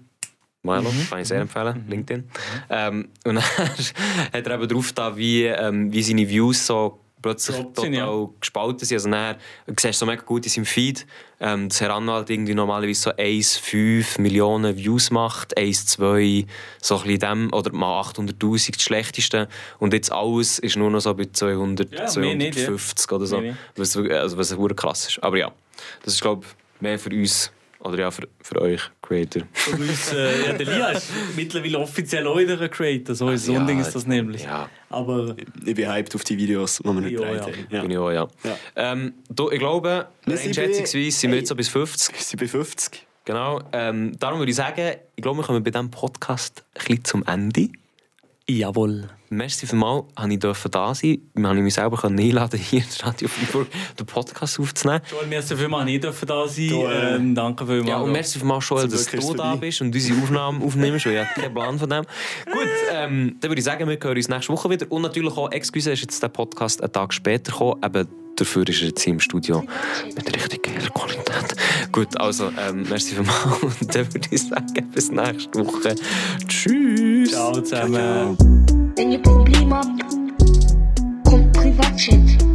Speaker 1: Milo,
Speaker 3: Mhm.
Speaker 1: kann ich sehr empfehlen, LinkedIn. Ähm, und dann hat er eben drauf da, wie, ähm, wie seine Views so plötzlich
Speaker 3: Trotzdem,
Speaker 1: total gespalten sind. Also nachher, du siehst so mega gut in seinem Feed, ähm, dass Herr Anwalt irgendwie normalerweise so 1,5 Millionen Views macht, 1,2, so ein bisschen dem, oder mal 800'000 das Schlechteste. Und jetzt alles ist nur noch so bei 200,
Speaker 3: Ja, mehr nicht, ja.
Speaker 1: 250 oder so.
Speaker 3: Mehr nicht.
Speaker 1: Was, also, was verdammt krass ist. Aber ja, das ist glaube ich mehr für uns, oder ja, für, für euch Creator.
Speaker 3: Für uns, äh, ja, der Lia ist mittlerweile offiziell auch wieder ein Creator. So, ist, so ein
Speaker 1: Ja,
Speaker 3: Ding ist das nämlich.
Speaker 1: ja.
Speaker 3: Aber
Speaker 4: Ich bin hyped auf die Videos, die wir
Speaker 3: Ja,
Speaker 4: nicht gedreht
Speaker 3: ja.
Speaker 4: haben.
Speaker 1: Bin
Speaker 4: Ja.
Speaker 1: ich auch, ja.
Speaker 4: Ja.
Speaker 1: Ähm, du, ich glaube,
Speaker 4: Wir sind bei-
Speaker 1: schätzungsweise sind wir
Speaker 4: Hey.
Speaker 1: jetzt so bis 50.
Speaker 4: Sie sind bei 50.
Speaker 1: Genau. Ähm, darum würde ich sagen, ich glaube, wir kommen bei diesem Podcast ein bisschen zum Ende.
Speaker 3: jawohl.
Speaker 1: Merci vielmals, dass ich durfte da sein durfte. Ich mich selber einladen, hier ins Radio Freiburg den Podcast aufzunehmen.
Speaker 3: Joel, merci vielmals, ich durfte da sein.
Speaker 4: Du, äh,
Speaker 3: ähm, danke vielmals.
Speaker 1: Ja, und merci vielmals, Joel, dass
Speaker 4: Glück ist
Speaker 1: du
Speaker 4: es
Speaker 1: da
Speaker 4: vorbei.
Speaker 1: bist und unsere Aufnahmen aufnimmst, weil ich habe keinen Plan von dem. Gut, ähm, dann würde ich sagen, wir hören uns nächste Woche wieder. Und natürlich auch, Excuse, ist jetzt der Podcast einen Tag später gekommen, eben dafür ist er jetzt hier im Studio mit richtig geiler Qualität. Gut, also, ähm, merci vielmals und dann würde ich sagen, bis nächste Woche. Tschüss!
Speaker 3: Ciao zusammen.
Speaker 2: Wenn ihr Probleme habt, kommt Privatchat.